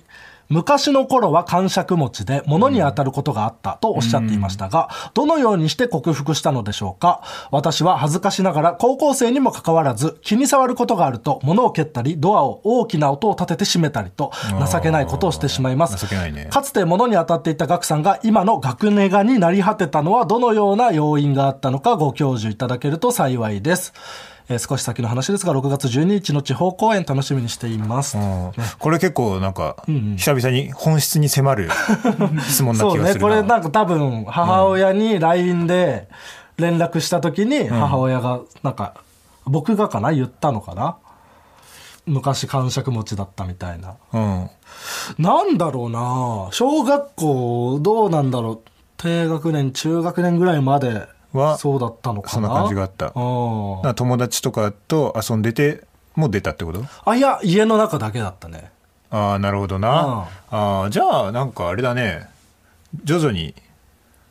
Speaker 3: 昔の頃は感触持ちで物に当たることがあったとおっしゃっていましたが、どのようにして克服したのでしょうか私は恥ずかしながら高校生にもかかわらず気に触ることがあると物を蹴ったりドアを大きな音を立てて閉めたりと情けないことをしてしまいます。
Speaker 2: 情けないね
Speaker 3: かつて物に当たっていたガクさんが今の学ネガになり果てたのはどのような要因があったのかご教授いただけると幸いです。えー少し先の話ですが、6月12日の地方公演楽しみにしています。
Speaker 2: うんこれ結構なんか久々に本質に迫 る質問な
Speaker 3: そ
Speaker 2: 気
Speaker 3: う
Speaker 2: が
Speaker 3: ね、
Speaker 2: する
Speaker 3: こ
Speaker 2: な
Speaker 3: れなんか多分母親に LINE で連絡した時に母親がなんか僕がかな言ったのかな昔感触持ちだったみたいな。
Speaker 2: うん
Speaker 3: なんだろうな小学校どうなんだろう低学年中学年ぐらいまで
Speaker 2: は
Speaker 3: そうだったのかな
Speaker 2: そんな感じがあった
Speaker 3: うん
Speaker 2: なんか友達とかと遊んでて
Speaker 6: もう出たってこと
Speaker 3: あいや家の中だけだったね
Speaker 6: ああなるほどな、ああじゃあなんかあれだね徐々に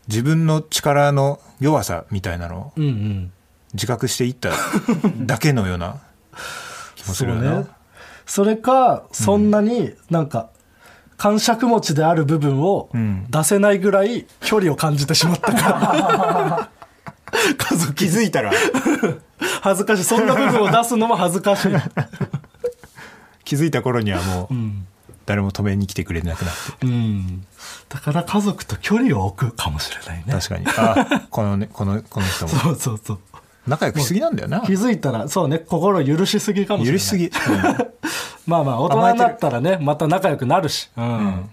Speaker 6: 自分の力の弱さみたいなのを
Speaker 3: うんうん
Speaker 6: 自覚していっただけのような気もす
Speaker 3: そ
Speaker 6: るよ
Speaker 3: う
Speaker 6: な、
Speaker 3: ねそれかそんなになんか、感触持ちである部分を
Speaker 6: ん
Speaker 3: 出せないぐらい距離を感じてしまったから、家族
Speaker 6: 気づいたら
Speaker 3: 恥ずかしいそんな部分を出すのも恥ずかしい、
Speaker 6: 気づいた頃にはもう誰も止めに来てくれなくなって
Speaker 3: うん、だから家族と距離を置くかもしれないね
Speaker 6: 確かにあこのねこのこの人も
Speaker 3: そうそうそう
Speaker 6: 仲良くしすぎなんだよな
Speaker 3: 気づいたらそうね心許しすぎかもしれな
Speaker 6: 許
Speaker 3: い
Speaker 6: しすぎ、うん
Speaker 3: まあまあ大人になったらねまた仲良くなるし、うん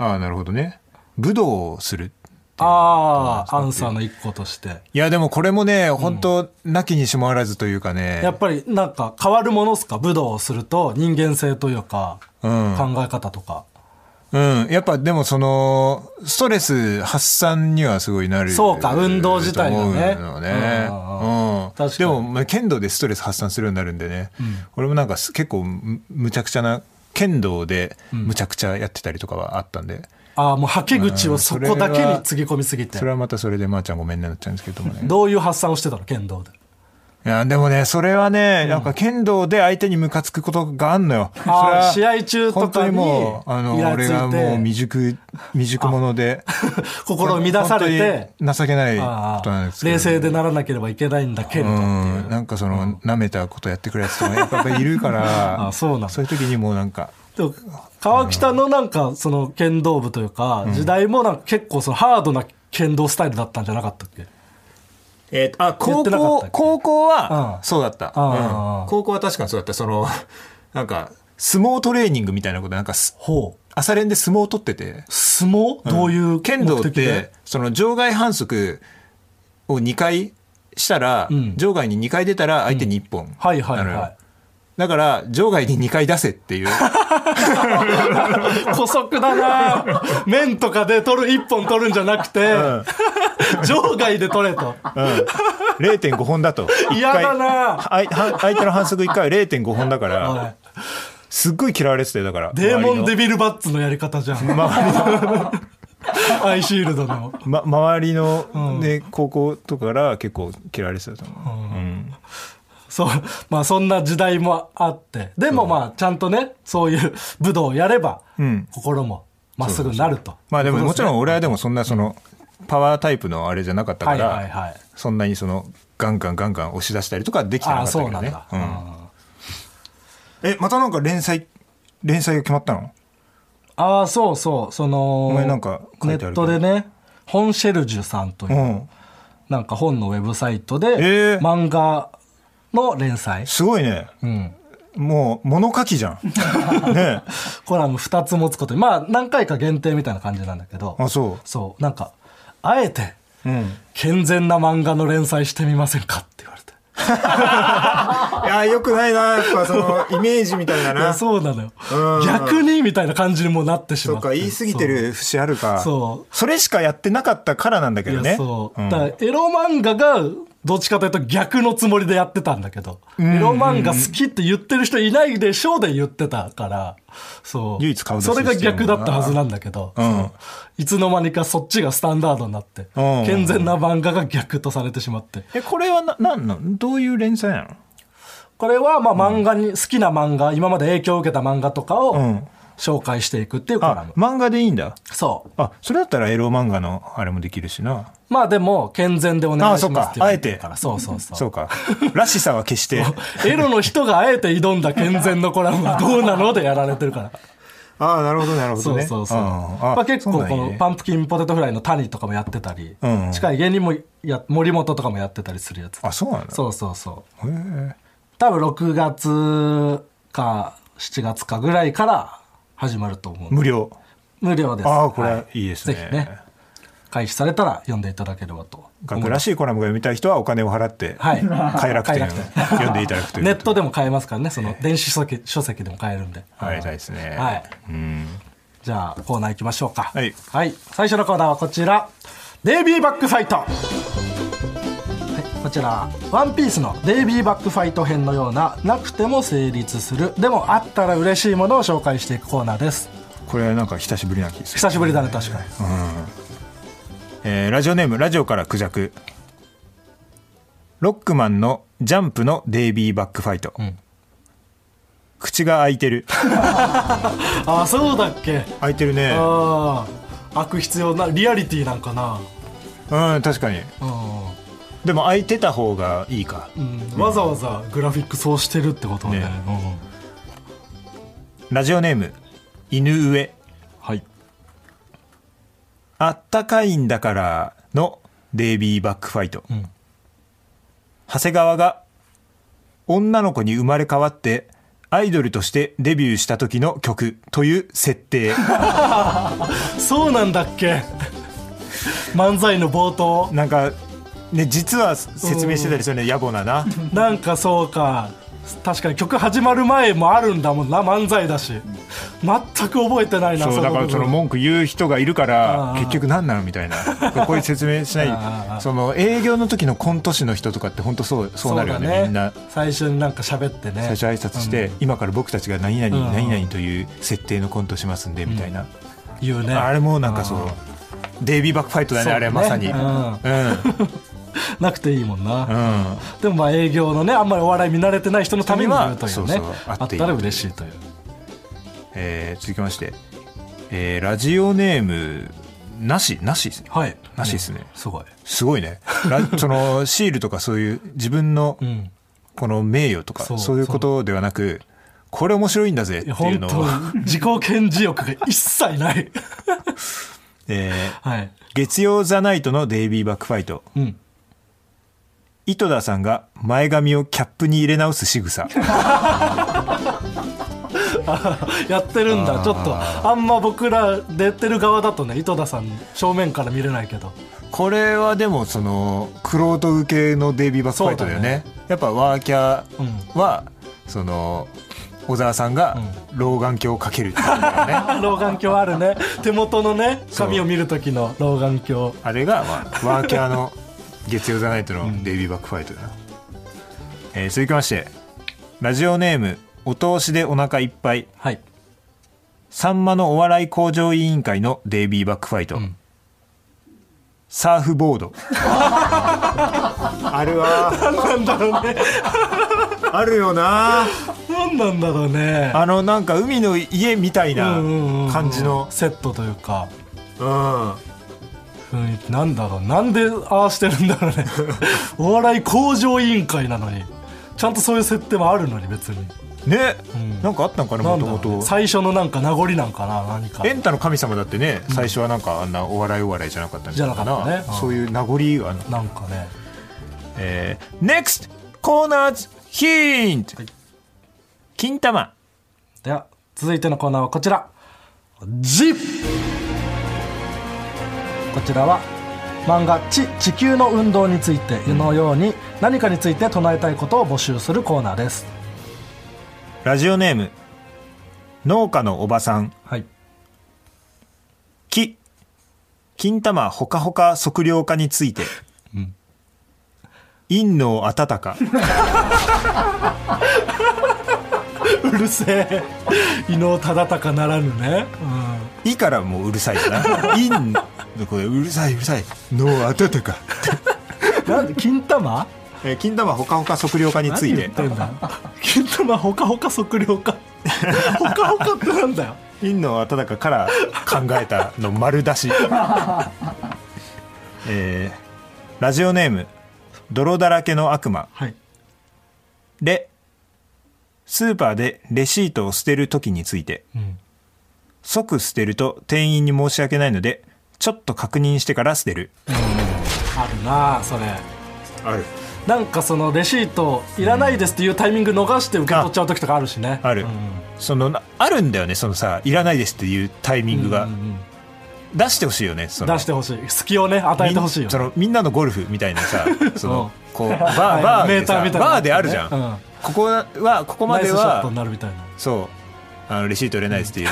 Speaker 6: ああなるほどね武道をする
Speaker 3: ああアンサーの一個として
Speaker 6: いやでもこれもね本当なきにしもあらずというかね
Speaker 3: やっぱりなんか変わるものっすか武道をすると人間性というか、
Speaker 6: うん
Speaker 3: 考え方とか
Speaker 6: うん、やっぱでもそのストレス発散にはすごいなる
Speaker 3: そうか運動自体がね
Speaker 6: と思うの
Speaker 3: うん
Speaker 6: ね、うん、
Speaker 3: 確かに
Speaker 6: でもまあ剣道でストレス発散するようになるんでね、俺もなんかす結構むむちゃくちゃな剣道でむちゃくちゃやってたりとかはあったんで、
Speaker 3: ああもうはけ口をそこだけにつぎ込みすぎて
Speaker 6: それはまたそれでまーちゃんごめんねなっちゃうんですけどもね
Speaker 3: どういう発散をしてたの剣道で
Speaker 6: いやでもねそれはね、なんか剣道で相手にムカつくことがあんのよそ れ
Speaker 3: あ
Speaker 6: は
Speaker 3: あ試合中と
Speaker 6: 本当
Speaker 3: か
Speaker 6: に
Speaker 3: に
Speaker 6: もうあの
Speaker 3: イラ
Speaker 6: 俺
Speaker 3: つ
Speaker 6: が
Speaker 3: い
Speaker 6: もう未
Speaker 3: て
Speaker 6: 熟未熟者で
Speaker 3: 心を乱されて
Speaker 6: 本当に情けない
Speaker 3: あ
Speaker 6: ことなんです
Speaker 3: あ
Speaker 6: けど
Speaker 3: 冷静でならなければいけないんだけれどっていう
Speaker 6: うんなんかその舐めたことやってくるやつとかねやっぱいるか ら
Speaker 3: あそうなんだ
Speaker 6: いう時にもうなんか
Speaker 3: でも川北のなんかその剣道部というか時代もなんか結構そのハードな剣道スタイルだったんじゃなかったっけ
Speaker 6: えっとあ
Speaker 3: 言
Speaker 6: 高
Speaker 3: ってなかったっ
Speaker 6: 校
Speaker 3: け
Speaker 6: 高校は
Speaker 3: うん
Speaker 6: そうだった、
Speaker 3: ああ
Speaker 6: うん高校は確かにそうだったそのなんか相撲トレーニングみたいなことなんかす
Speaker 3: ほう
Speaker 6: 朝練で相撲を取ってて
Speaker 3: 相撲、どういう目的で
Speaker 6: 剣道ってその場外反則を2回したら、
Speaker 3: うん
Speaker 6: 場外に2回出たら相手に1本なの
Speaker 3: はい
Speaker 6: よ、
Speaker 3: はいは
Speaker 6: だから場外に2回出せっていう
Speaker 3: い古速だ な面とかで取る一本取るんじゃなくて、 場外で取れと
Speaker 6: 0.5本だと
Speaker 3: 嫌だな
Speaker 6: あいは相手の反則1回は0.5本だから
Speaker 3: は
Speaker 6: すっごい嫌われててだから
Speaker 3: いデーモンデ
Speaker 6: ビ
Speaker 3: ビルバッツのやり方じゃん
Speaker 6: 周りの
Speaker 3: アイシールドの
Speaker 6: ま周りの、ね高校とかから結構嫌われてたと思う、うん
Speaker 3: そう まあそんな時代もあってでもまあちゃんとねそういう武道をやれば、
Speaker 6: うん
Speaker 3: 心もまっすぐになると
Speaker 6: まあでももちろ
Speaker 3: ん
Speaker 6: ん俺はでもそんなそのパワータイプのあれじゃなかったか
Speaker 3: はい
Speaker 6: ら、
Speaker 3: はいはい
Speaker 6: そんなにそのガンガンガンガン押し出したりとかできてな
Speaker 3: ああ
Speaker 6: かったけ
Speaker 3: そう
Speaker 6: ど
Speaker 3: なん
Speaker 6: ね
Speaker 3: だ、
Speaker 6: うん
Speaker 3: あ
Speaker 6: えまたなんか連載連載が決まったの
Speaker 3: あそうそうその
Speaker 6: お前なんか書
Speaker 3: ネ
Speaker 6: いて
Speaker 3: ッ
Speaker 6: あるけど
Speaker 3: トでね本シェルジュさんというう、
Speaker 6: ん
Speaker 3: なんか本のウェブサイトで、
Speaker 6: えー
Speaker 3: 漫画の連載、
Speaker 6: すごいね
Speaker 3: うん、
Speaker 6: もう物書きじゃん ねえ
Speaker 3: コラム2つ持つことにまあ何回か限定みたいな感じなんだけど
Speaker 6: あそ
Speaker 3: そうなんかあえて
Speaker 6: ううん
Speaker 3: 健全な漫画の連載してみませんかって言われて
Speaker 6: いやよくないなやっぱそのイメージみたいだ
Speaker 3: いや
Speaker 6: そ
Speaker 3: そうなのよ
Speaker 6: うん
Speaker 3: 逆にみたいな感じにもなってしま
Speaker 6: っ
Speaker 3: っ
Speaker 6: か
Speaker 3: て
Speaker 6: 言い過ぎてる節あるか
Speaker 3: そう
Speaker 6: それしかやってなかったからなんだけ
Speaker 3: い
Speaker 6: ど
Speaker 3: や
Speaker 6: ね
Speaker 3: そう、
Speaker 6: ん
Speaker 3: だからエロ漫画がどっちかというと逆のつもりでやってたんだけど、エロ漫画好きって言ってる人いないでしょうで言ってたからそう
Speaker 6: 唯一顔出し
Speaker 3: それが
Speaker 6: してるもん
Speaker 3: 逆
Speaker 6: な
Speaker 3: だったはずなんだけど、
Speaker 6: うん
Speaker 3: そういつの間にかそっちがスタンダードになって、
Speaker 6: うん
Speaker 3: 健全な漫画が逆とされてしまって
Speaker 6: えこれはななんなのどういう連載なの
Speaker 3: これはまあ漫画に、好きな漫画今まで影響を受けた漫画とか
Speaker 6: う
Speaker 3: を
Speaker 6: ん
Speaker 3: 紹介していくっていうコラ
Speaker 6: あ
Speaker 3: ム、
Speaker 6: 漫画でいいんだ
Speaker 3: そう
Speaker 6: あそれだったらエロ漫画のあれもできるしな
Speaker 3: まあでも健全でお願いしますって言われるからそうそうそう
Speaker 6: そうからしさは決して
Speaker 3: エロの人があえて挑んだ健全のコラムはどうなのでやられてる から。
Speaker 6: ああなるほどなるほ
Speaker 3: そうそうそう。まあ結構このパンプキンポテトフライの谷とかもやってたり
Speaker 6: うんうん、
Speaker 3: 近い芸人もや、森本とかもやってたりするやつ。
Speaker 6: あそうなんだ
Speaker 3: そうそうそう。
Speaker 6: へえ
Speaker 3: 多分6月か7月かぐらいから始まると思う。
Speaker 6: 無料
Speaker 3: 無料です。
Speaker 6: ああこ
Speaker 3: は
Speaker 6: れいいですね
Speaker 3: ぜひね、開始されたら読んでいただければと思
Speaker 6: 学
Speaker 3: い
Speaker 6: ら
Speaker 3: ます。
Speaker 6: しいコラムが読みたい人はお金を払って
Speaker 3: はい
Speaker 6: 快楽天
Speaker 3: 快
Speaker 6: を
Speaker 3: 楽
Speaker 6: 読んでいただくという
Speaker 3: ネットでも買えますからね、その電子書籍書籍でも買えるんで。
Speaker 6: ありがたいですね
Speaker 3: はい。
Speaker 6: うん
Speaker 3: じゃあコーナー行きましょうか
Speaker 6: はい
Speaker 3: 最初のコーナーはこちら「デイビーバックファイト」はいこちら「ワンピースのデイビーバックファイト編のようななくても成立するでもあったら嬉しいものを紹介していくコーナーです
Speaker 6: これなんか久しぶりな気がする
Speaker 3: 久しぶりだね確かに
Speaker 6: えーラジオネームラジオからクジャクロックマンのジャンプのデイビーバックファイト、口が開いてる
Speaker 3: あそうだっけ
Speaker 6: 開いてるね
Speaker 3: ああ悪必要なリアリティなんかな
Speaker 6: うん確かに
Speaker 3: う
Speaker 6: でも開いてた方がいいか、
Speaker 3: ん、わざわざグラフィックそうしてるってことね
Speaker 6: ねラジオネーム犬上
Speaker 3: はい
Speaker 6: あったかいんだからのデイビーバックファイト、
Speaker 3: ん
Speaker 6: 長谷川が女の子に生まれ変わってアイドルとしてデビューした時の曲という設 定
Speaker 3: そうなんだっ け漫才の冒頭
Speaker 6: なんかね実は説明してたりするね野暮なな
Speaker 3: なんかそうか確かに曲始まる前もあるんだもんな漫才だし全く覚えてないな
Speaker 6: そう
Speaker 3: の
Speaker 6: だから
Speaker 3: 部分
Speaker 6: その文句言う人がいるか
Speaker 3: あ
Speaker 6: ら
Speaker 3: ー
Speaker 6: 結局何なのみたいなこれ説明し
Speaker 3: あ
Speaker 6: ないその営業の時のコント師の人とかって本当そうそうなるよね
Speaker 3: そうだ
Speaker 6: みんな
Speaker 3: 最初になんか喋ってね
Speaker 6: 最初挨拶して、今から僕たちが何々、
Speaker 3: うん
Speaker 6: 何々という設定のコントしますんでみたいな、
Speaker 3: 言うね
Speaker 6: あれもなんかそう、デイビーバックファイトだね
Speaker 3: そうね
Speaker 6: あれはまさに、
Speaker 3: う
Speaker 6: うんんうん
Speaker 3: なくていいもんな、でもまあ営業のねあんまりお笑い見慣れてない人のために言うとい
Speaker 6: そうう
Speaker 3: ね
Speaker 6: そう
Speaker 3: あ
Speaker 6: あ
Speaker 3: っ
Speaker 6: って
Speaker 3: た
Speaker 6: いい
Speaker 3: ら嬉しいという
Speaker 6: えー続きまして、えーラジオネームなしなしですね、
Speaker 3: はい
Speaker 6: なしですね
Speaker 3: すごい
Speaker 6: すごいね ラそのシールとかそういう自分の
Speaker 3: うん
Speaker 6: この名誉とか、
Speaker 3: そう
Speaker 6: そういうことではなくこれ面白いんだぜっ
Speaker 3: いや
Speaker 6: ていう
Speaker 3: 本
Speaker 6: のを、
Speaker 3: 当に自己顕示欲が一切ない。
Speaker 6: えー
Speaker 3: はい。
Speaker 6: 月曜ザナイトのデイビーバックファイト
Speaker 3: うん。
Speaker 6: 井戸田さんが前髪をキャップに入れ直す仕草
Speaker 3: やってるんだ。ちょっと、あんま僕ら出てる側だとね、井戸田さん正面から見れないけど。
Speaker 6: これはでもそのクロート受けのデイビーバックファイトだよねやっぱワーキャーは、その小沢さんが老眼鏡をかけ るっていうのがね、
Speaker 3: あ 老眼鏡あるね。手元のね、
Speaker 6: そう
Speaker 3: 髪を見る時の老眼鏡。
Speaker 6: あれが、まあ、ワーキャーの月曜ザナイトのデイビーバックファイトだな、えー続きましてラジオネームお通しでお腹いっぱい
Speaker 3: はい。
Speaker 6: さんまのお笑い向上委員会のデイビーバックファイト、サーフボード ある わ
Speaker 3: なんだろうね。
Speaker 6: あるよな
Speaker 3: なんなんだろうね。
Speaker 6: あのなんか海の家みたいな
Speaker 3: うんうんうん
Speaker 6: 感じの
Speaker 3: セットというか。
Speaker 6: うん
Speaker 3: 雰囲気なんだろうなんでああしてるんだ ろうねお笑い向上委員会なのにちゃんとそういう設定もあるのに別に
Speaker 6: ね、
Speaker 3: ん
Speaker 6: なんかあったのかな
Speaker 3: な
Speaker 6: も
Speaker 3: ん
Speaker 6: と
Speaker 3: だろ
Speaker 6: も
Speaker 3: うね
Speaker 6: と
Speaker 3: 最初のなんか名残なんかな何か
Speaker 6: エンタの神様だってね最初はなんかあんなお笑いお笑いじゃなかったんじゃないかな
Speaker 3: じゃなかったねうん
Speaker 6: そういう名残はある
Speaker 3: なんかね
Speaker 6: えー、NEXT コーナーズヒント、金玉
Speaker 3: では続いてのコーナーはこちら「ジこちらは漫画「地地球の運動」についてのように、何かについて唱えたいことを募集するコーナーです
Speaker 6: ラジオネーム農家のおばさん
Speaker 3: はい
Speaker 6: 木金玉ほかほか測量化につ いて、陰の温か
Speaker 3: うるせえ伊能忠敬ならぬね、
Speaker 6: 「い」からもううるさ いじゃな「陰」のこれうるさいうるさい「の温か
Speaker 3: うん、なんで金玉」
Speaker 6: えー金玉ほかほか測量化 について
Speaker 3: 何言ってんだよ金玉ほかほか測量か ほかほかってなんだよ
Speaker 6: 「陰の温か」から考えたの丸出 しえーラジオネーム「泥だらけの悪魔」
Speaker 3: はい
Speaker 6: レスーパーでレシートを捨てる時について、
Speaker 3: ん
Speaker 6: 即捨てると店員に申し訳ないのでちょっと確認してから捨てる
Speaker 3: あるなあそれ
Speaker 6: ある
Speaker 3: なんかそのレシートいらないですっていうタイミング逃して受け取っちゃう時とかあるしね
Speaker 6: ある、そのなあるんだよねそのさいらないですっていうタイミングが、出してほしいよねその
Speaker 3: 出してほしい隙をね与えてほしいよ
Speaker 6: みんそのみんなのゴルフみたいな さそのこうバー
Speaker 3: い
Speaker 6: バーで
Speaker 3: メーター
Speaker 6: さ
Speaker 3: みたいな
Speaker 6: バーであるじゃん、
Speaker 3: うん
Speaker 6: ここはここま
Speaker 3: ナイ
Speaker 6: で
Speaker 3: スショット
Speaker 6: は
Speaker 3: になるみたいな
Speaker 6: そうあのレシート入れないです っていう、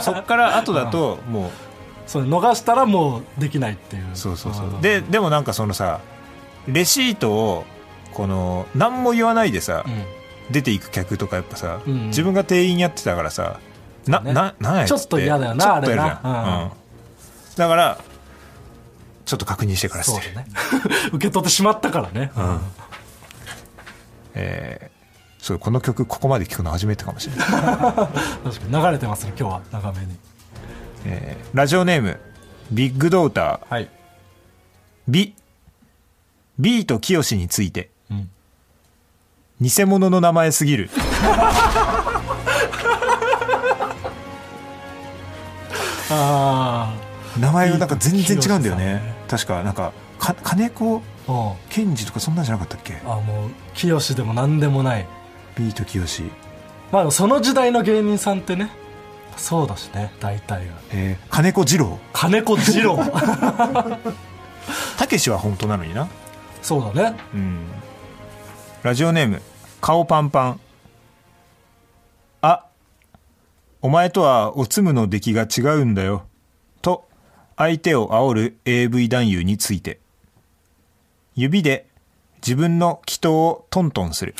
Speaker 6: そそっから後だともう
Speaker 3: それ逃したらもうできないっていう
Speaker 6: そうそうそ
Speaker 3: ん
Speaker 6: うででもなんかそのさレシートをこの何も言わないでさ、
Speaker 3: うん
Speaker 6: 出ていく客とかやっぱさ、
Speaker 3: うんうん
Speaker 6: 自分が店員やってたからさな、
Speaker 3: ね
Speaker 6: ななんや
Speaker 3: ちょっと嫌だよな
Speaker 6: つってちょっと嫌じゃん
Speaker 3: あれなうん
Speaker 6: うんだからちょっと確認してから捨
Speaker 3: そう
Speaker 6: てる、
Speaker 3: だね 受け取ってしまったからね、
Speaker 6: えーそうこの曲ここまで聞くの初めてかもしれない
Speaker 3: 確かに流れてますね今日は長めに
Speaker 6: えーラジオネームビッグドーター
Speaker 3: はい
Speaker 6: ビビートきよしについて、
Speaker 3: ん
Speaker 6: 偽物の名前す ぎる
Speaker 3: あ
Speaker 6: 名前がなんか全然違うんだよ
Speaker 3: ビー
Speaker 6: ね
Speaker 3: トきよしさんね
Speaker 6: 確かなんかか金子
Speaker 3: あうん
Speaker 6: 健二とかそんなんじゃなかったっけ
Speaker 3: あもう清でも何でもない
Speaker 6: ビートきよし
Speaker 3: まあその時代の芸人さんってねそうだしね大体が
Speaker 6: えー金子二郎
Speaker 3: 金子二 郎
Speaker 6: たけしは本当なのにな
Speaker 3: そうだね
Speaker 6: うんラジオネーム顔パンパンあお前とはおつむの出来が違うんだよと相手を煽る AV 男優について指で自分の祈祷をトントンする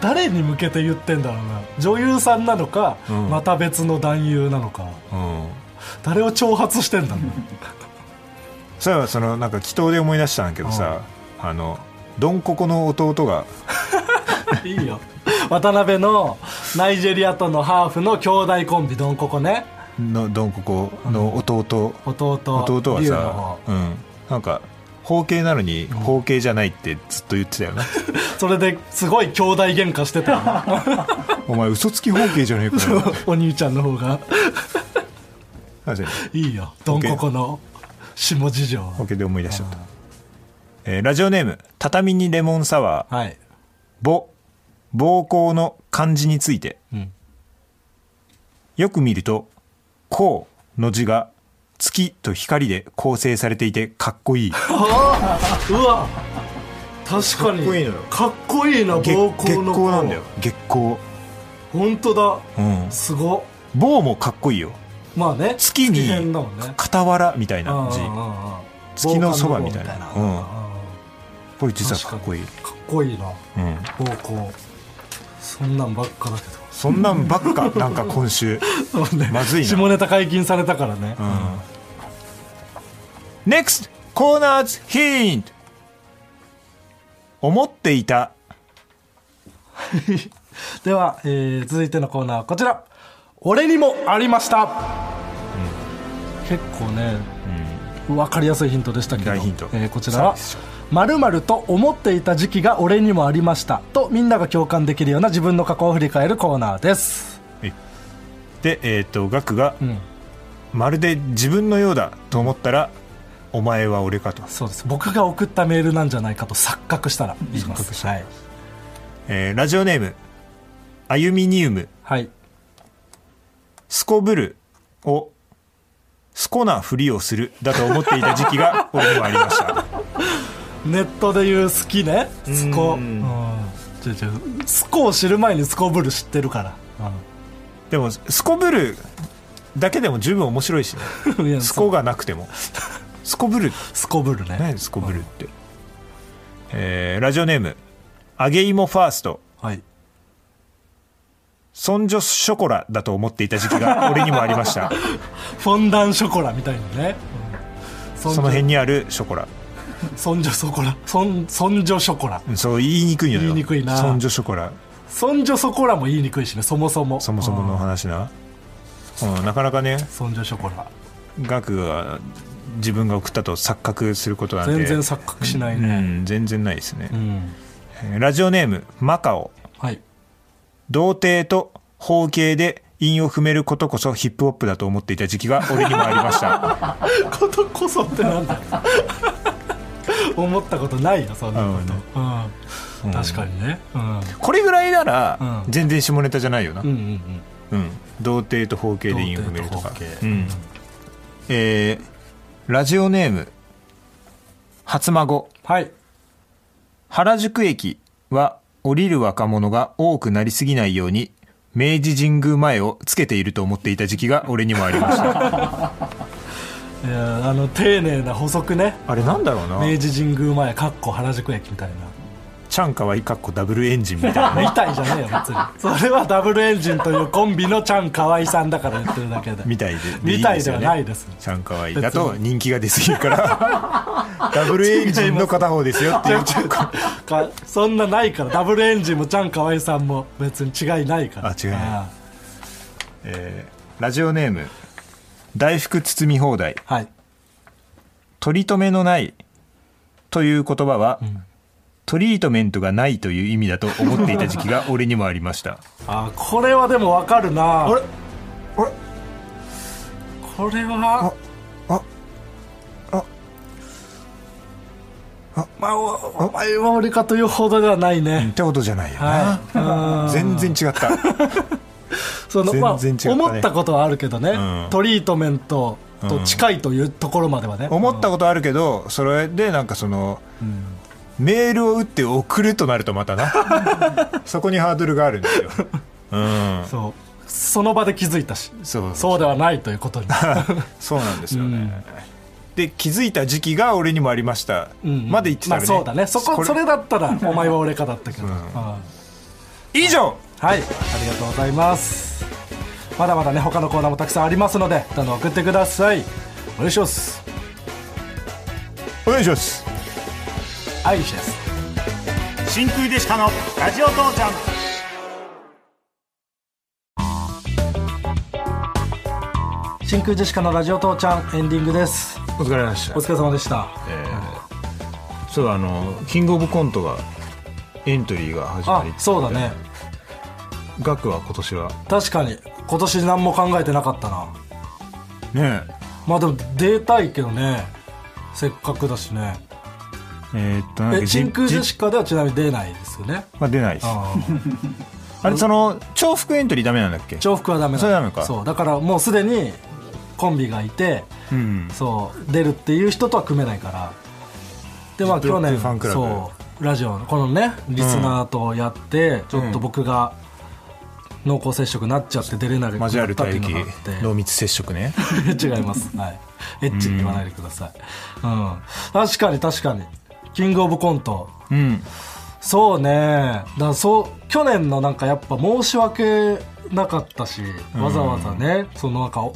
Speaker 3: 誰に向けて言ってんだろうな女優さんなのか、
Speaker 6: ん
Speaker 3: また別の男優なのか
Speaker 6: うん
Speaker 3: 誰を挑発してんだろう
Speaker 6: それはそのなんか祈祷で思い出したんだけどさ、あのドンココの弟が
Speaker 3: いいよ渡辺のナイジェリアとのハーフの兄弟コンビドンココね
Speaker 6: のドンココの弟
Speaker 3: 弟
Speaker 6: 弟は
Speaker 3: 龍の
Speaker 6: さ
Speaker 3: 方、
Speaker 6: うん、なんか包茎なのに包茎じゃないってずっと言ってたよね、
Speaker 3: それですごい兄弟喧嘩して たよ
Speaker 6: お前嘘つき包茎じゃねえ かよ
Speaker 3: お兄ちゃんの方が
Speaker 6: 確か
Speaker 3: いいよドンココの下事情
Speaker 6: 包茎で思い出しちゃった、えーラジオネーム「畳にレモンサワー
Speaker 3: はい」
Speaker 6: ぼ「膀胱」の漢字について、
Speaker 3: うん
Speaker 6: よく見ると「こう」の字が月と光で構成されていてかっこいいう
Speaker 3: わ確かに
Speaker 6: かっこいいのよ
Speaker 3: かっこいいな
Speaker 6: 月
Speaker 3: 暴行の
Speaker 6: 光なんだよ月光
Speaker 3: 本当だ
Speaker 6: うん
Speaker 3: すご
Speaker 6: 棒もかっこいいよ
Speaker 3: まあね
Speaker 6: 月に
Speaker 3: 変だもんね
Speaker 6: 傍らみたいな字
Speaker 3: うんうんうんうん
Speaker 6: 月のそばみたいな
Speaker 3: 傍
Speaker 6: う
Speaker 3: 観
Speaker 6: ん
Speaker 3: の棒
Speaker 6: これ実はかっこいい、
Speaker 3: みたいなかっこいいな
Speaker 6: うん、
Speaker 3: 暴行そんなんばっかだけ
Speaker 6: そんなんばっかなんか今週
Speaker 3: ど
Speaker 6: まずいな
Speaker 3: 下ネタ解禁されたからね、
Speaker 6: NEXT コーナーズヒント思っていた
Speaker 3: では、えー続いてのコーナーはこちら俺にもありました、結構ね、分かりやすいヒントでしたけど
Speaker 6: 大ヒント
Speaker 3: えーこちらは
Speaker 6: さ
Speaker 3: 「まると思っていた時期が俺にもありました」とみんなが共感できるような自分の過去を振り返るコーナーです
Speaker 6: でえっ、とガクが、
Speaker 3: ん
Speaker 6: まるで自分のようだと思ったらお前は俺かと、
Speaker 3: そうです僕が送ったメールなんじゃないかと錯覚したら言います
Speaker 6: 錯覚した
Speaker 3: はい、
Speaker 6: えーラジオネームアユミニウム
Speaker 3: はい、
Speaker 6: すこぶるをすこなふりをするだと思っていた時期が俺にもありました
Speaker 3: ネットで言う好きねスコ
Speaker 6: うん
Speaker 3: うん違う違うスコを知る前にスコブル知ってるから、
Speaker 6: でもすこぶるだけでも十分面白いしね
Speaker 3: うん いや
Speaker 6: すこがなくてもすこぶる
Speaker 3: スコブルね
Speaker 6: 何すこぶるって、えーラジオネーム揚げ芋ファースト
Speaker 3: はい
Speaker 6: ソンジョショコラだと思っていた時期が俺にもありました
Speaker 3: フォンダンショコラみたいなね、そん、
Speaker 6: その辺にあるショコラ
Speaker 3: ソンジョソコラソンソンジョショコラ
Speaker 6: うんそう言いにくいのよ
Speaker 3: 言いにくいな
Speaker 6: ソンジョショコラ
Speaker 3: ソンジョソコラも言いにくいしねそもそも
Speaker 6: そもそもの
Speaker 3: うん
Speaker 6: 話な、うん、なかなかね
Speaker 3: ソンジョショコラ
Speaker 6: ガクが自分が送ったと錯覚することなんて
Speaker 3: 全然錯覚しない
Speaker 6: な
Speaker 3: ね、
Speaker 6: い、うん、全然ないですね
Speaker 3: う、ん
Speaker 6: えーラジオネームマカオ
Speaker 3: はい
Speaker 6: 童貞と包茎で韻を踏めることこそヒップホップだと思っていた時期が俺にもありました
Speaker 3: ことこそってなん だ思ったことないよそんなこと、うん確かにね、うん、
Speaker 6: これぐらいなら
Speaker 3: うん
Speaker 6: 全然下ネタじゃないよな、う
Speaker 3: うんんうんうん
Speaker 6: 童貞と包茎で韻を踏めるとか
Speaker 3: 童貞と包
Speaker 6: う
Speaker 3: 茎
Speaker 6: んえーラジオネーム初孫
Speaker 3: はい
Speaker 6: 原宿駅は降りる若者が多くなりすぎないように明治神宮前をつけていると思っていた時期が俺にもありました
Speaker 3: いやあの丁寧な補足ね
Speaker 2: あれなんだろうな
Speaker 3: 明治神宮前かっこ原宿駅みたいな
Speaker 2: ちゃんかわいいかっこダブルエンジンみた いなね
Speaker 3: みたいじゃねえよ別にそれはダブルエンジンというコンビのちゃん河合さんだから言ってるだけで
Speaker 2: みたいで
Speaker 3: みたいではないです
Speaker 2: ちゃんかわいい
Speaker 3: 別に
Speaker 2: だと人気が出すぎるから ダブルエンジンの片方ですよっていう
Speaker 3: かそんなないからダブルエンジンもちゃん河合さんも別に違いないから
Speaker 2: あ違いないえーラジオネーム大福包み放題
Speaker 3: はい
Speaker 2: 取り留めのないという言葉は、トリートメントがないという意味だと思っていた時期が俺にもありました
Speaker 3: あこれはでもわかるな
Speaker 2: あれあれ
Speaker 3: これは
Speaker 2: ああ
Speaker 3: あまあおお前は俺かというほどではないね、
Speaker 2: ってことじゃないよな、
Speaker 3: はいうん
Speaker 2: 全然違った
Speaker 3: そのまあ
Speaker 2: 全然違ったね
Speaker 3: 思ったことはあるけどね、
Speaker 2: うん
Speaker 3: トリートメントと近いというところまではね、
Speaker 2: 思ったことあるけどそれでなんかその、メールを打って送るとなるとまたなそこにハードルがあるんですよ、うん、
Speaker 3: そうその場で気づいたし
Speaker 2: そう
Speaker 3: そうではないとい うことに
Speaker 2: そうなんですよね、で気づいた時期が俺にもありました、
Speaker 3: うん
Speaker 2: まで言ってたら
Speaker 3: まあ
Speaker 2: ね,、
Speaker 3: そうだねそこそれだ ったらお前は俺かだったけど、うんはい
Speaker 2: 以上
Speaker 3: ありがとうございますまだまだね他のコーナーもたくさんありますのでどんどん送ってくださいお願いします
Speaker 2: お願いします
Speaker 3: 愛しです
Speaker 7: 真空ジェシカのラジオ父ちゃん
Speaker 3: 真空ジェシカのラジオ父ちゃんエンディングです
Speaker 2: お疲れ様でした
Speaker 3: お疲れ様でした
Speaker 2: そうだあのキングオブコントがエントリーが始ま
Speaker 3: あ
Speaker 2: り
Speaker 3: そうだね
Speaker 2: 額は今年は
Speaker 3: 確かに今年何も考えてなかったな
Speaker 2: ね
Speaker 3: まあでも出たいけどねせっかくだしね
Speaker 2: えーっとなんか
Speaker 3: え
Speaker 2: じ
Speaker 3: 真空ジェ
Speaker 2: じ
Speaker 3: シカではちなみに出ないですよね
Speaker 2: まあ、出ないですあ
Speaker 3: あー
Speaker 2: れその重複エントリーダメなんだっけ
Speaker 3: 重複はダメなの
Speaker 2: それダメか
Speaker 3: そうだからもうすでにコンビがいて、
Speaker 2: うん
Speaker 3: そう出るっていう人とは組めないからでまあ
Speaker 2: ジップロッ
Speaker 3: 去
Speaker 2: ク
Speaker 3: 年
Speaker 2: ファンクラブ
Speaker 3: そうラジオのこのねリスナーとやって、ちょっと僕が濃厚接触になっちゃって出れなくな
Speaker 2: 交わ
Speaker 3: っ
Speaker 2: る
Speaker 3: たってい
Speaker 2: 帯
Speaker 3: う
Speaker 2: 域
Speaker 3: のがあって
Speaker 2: 濃密接触ね
Speaker 3: 違います。はい。エッチって言わないでください。うん。確かに確かに。キングオブコント。
Speaker 2: うん
Speaker 3: そうね。だからそう、去年のなんかやっぱ申し訳なかったし、わざわざね、そのなんかオ、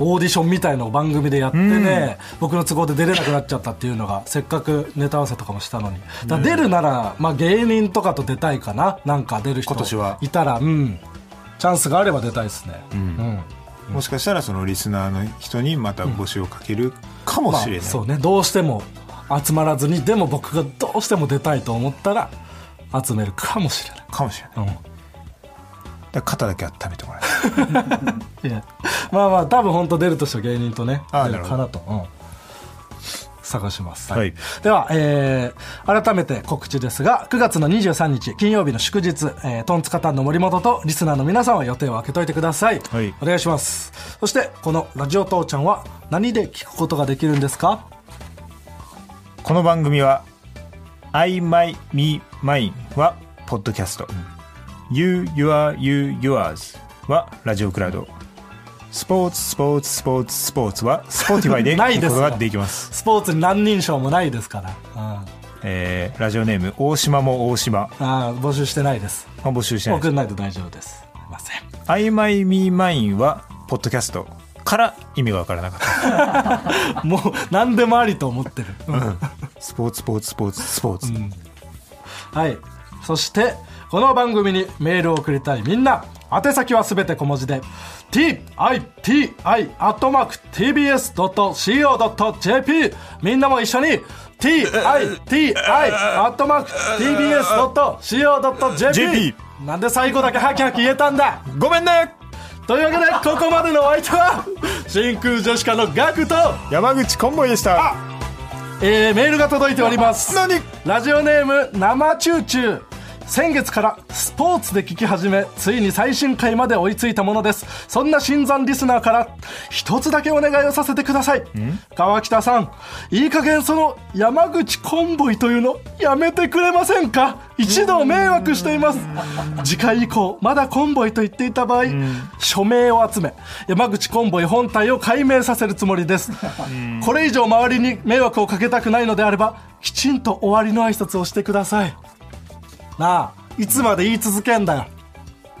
Speaker 3: オーディションみたいのを番組でやってね、僕の都合で出れなくなっちゃったっていうのが、せっかくネタ合わせとかもしたのに。だから出るなら、まあ芸人とかと出たいかな。なんか出る人
Speaker 2: 今年はい
Speaker 3: たら、うん。チャンスがあれば出たいですね。うん
Speaker 2: もしかしたらそのリスナーの人にまた募集をかけるかも
Speaker 3: まあ
Speaker 2: しれない、
Speaker 3: そうねどうしても集まらずにでも僕がどうしても出たいと思ったら集めるかもしれない
Speaker 2: かもしれない、
Speaker 3: う
Speaker 2: だ
Speaker 3: ん
Speaker 2: から肩だけ温めてもらえる
Speaker 3: いやまあまあ多分本当出るとしたら芸人とね
Speaker 2: あー
Speaker 3: 出るかなと、うん探します、
Speaker 2: はい
Speaker 3: では、えー改めて告知ですが9月の23日金曜日の祝日、えートンツカタンの森本とリスナーの皆さんは予定を空けといてください、
Speaker 2: はい
Speaker 3: お願いしますそしてこの「ラジオ父ちゃん」は何で聞くことができるんですか
Speaker 2: この番組は「IMyMeMine」は ポッドキャスト「YouYourYouYours」はラジオクラウドスポーツスポーツスポーツスポーツは Spotify で
Speaker 3: ない
Speaker 2: 聞く
Speaker 3: です
Speaker 2: こ
Speaker 3: よ
Speaker 2: とができます
Speaker 3: スポーツに何人称もないですから、うん
Speaker 2: えーラジオネーム大島も大島、
Speaker 3: ああ募集してないです
Speaker 2: まあ、募集してない
Speaker 3: 送
Speaker 2: です
Speaker 3: んないと大丈夫ですすいません
Speaker 2: 「IMyMeMine」はポッドキャストから意味が分からなかった
Speaker 3: もう何でもありと思ってる、
Speaker 2: スポーツスポーツスポーツスポーツ、
Speaker 3: はいそしてこの番組にメールを送りたいみんな宛先はすべて小文字で titi.tbs.co.jp みんなも一緒に titi.tbs.co.jp
Speaker 2: JP
Speaker 3: なんで最後だけハキハキ言えたんだ
Speaker 2: ごめんね
Speaker 3: というわけでここまでのお相手は真空ジェシカのガクと
Speaker 2: 山口コンボイでした
Speaker 3: えーメールが届いております
Speaker 2: 何
Speaker 3: ラジオネーム生チューチュー先月からスポーツで聞き始めついに最新回まで追いついたものですそんな新参リスナーから一つだけお願いをさせてください川北さんいい加減その山口コンボイというのやめてくれませんか一度迷惑しています次回以降まだコンボイと言っていた場合署名を集め山口コンボイ本体を解明させるつもりですこれ以上周りに迷惑をかけたくないのであればきちんと終わりの挨拶をしてくださいなあいつまで言い続けんだよ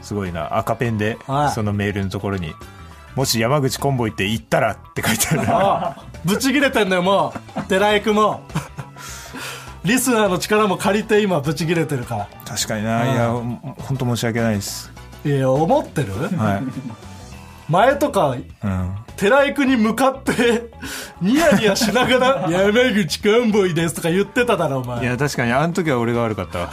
Speaker 2: すごいな赤ペンで
Speaker 3: はい
Speaker 2: そのメールのところに「もし山口コンボイって言ったら」って 書いてあるな
Speaker 3: ああぶち切れてんだよもう寺井君もリスナーの力も借りて今ぶち切れてるから
Speaker 2: 確かにないや本当申し訳ないです
Speaker 3: いや思ってる
Speaker 2: はい、
Speaker 3: 前とか
Speaker 2: うん、
Speaker 3: 寺井君に向かってニヤニヤしな がら「山口コンボイです」とか言ってただろお
Speaker 2: い
Speaker 3: 前
Speaker 2: や確かにあの時は俺が悪かったわ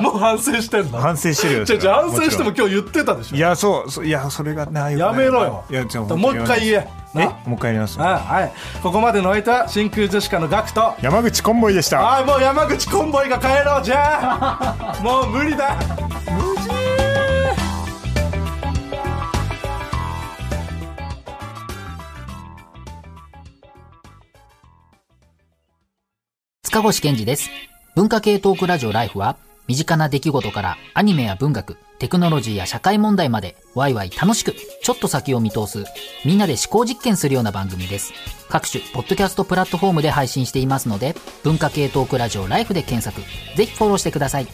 Speaker 3: もう反省してんの
Speaker 2: 反省してるよ
Speaker 3: じゃじゃ反省しても
Speaker 2: ちろ
Speaker 3: 今日言ってたでし
Speaker 2: んい
Speaker 3: ょ
Speaker 2: やそうそういやそれがな良くな
Speaker 3: や
Speaker 2: い
Speaker 3: めろよ
Speaker 2: いやじゃあ
Speaker 3: もう一回言え
Speaker 2: え
Speaker 3: な
Speaker 2: もう一回やります
Speaker 3: あはいここまでのお相手は真空ジェシカのガクト
Speaker 2: 山口コンボイでした
Speaker 3: ああもう山口コンボイが帰ろうじゃあもう無理だ
Speaker 8: 塚越健二です。文化系トークラジオライフは、身近な出来事からアニメや文学、テクノロジーや社会問題まで、ワイワイ楽しく、ちょっと先を見通す、みんなで思考実験するような番組です。各種、ポッドキャストプラットフォームで配信していますので、文化系トークラジオライフで検索、ぜひフォローしてください。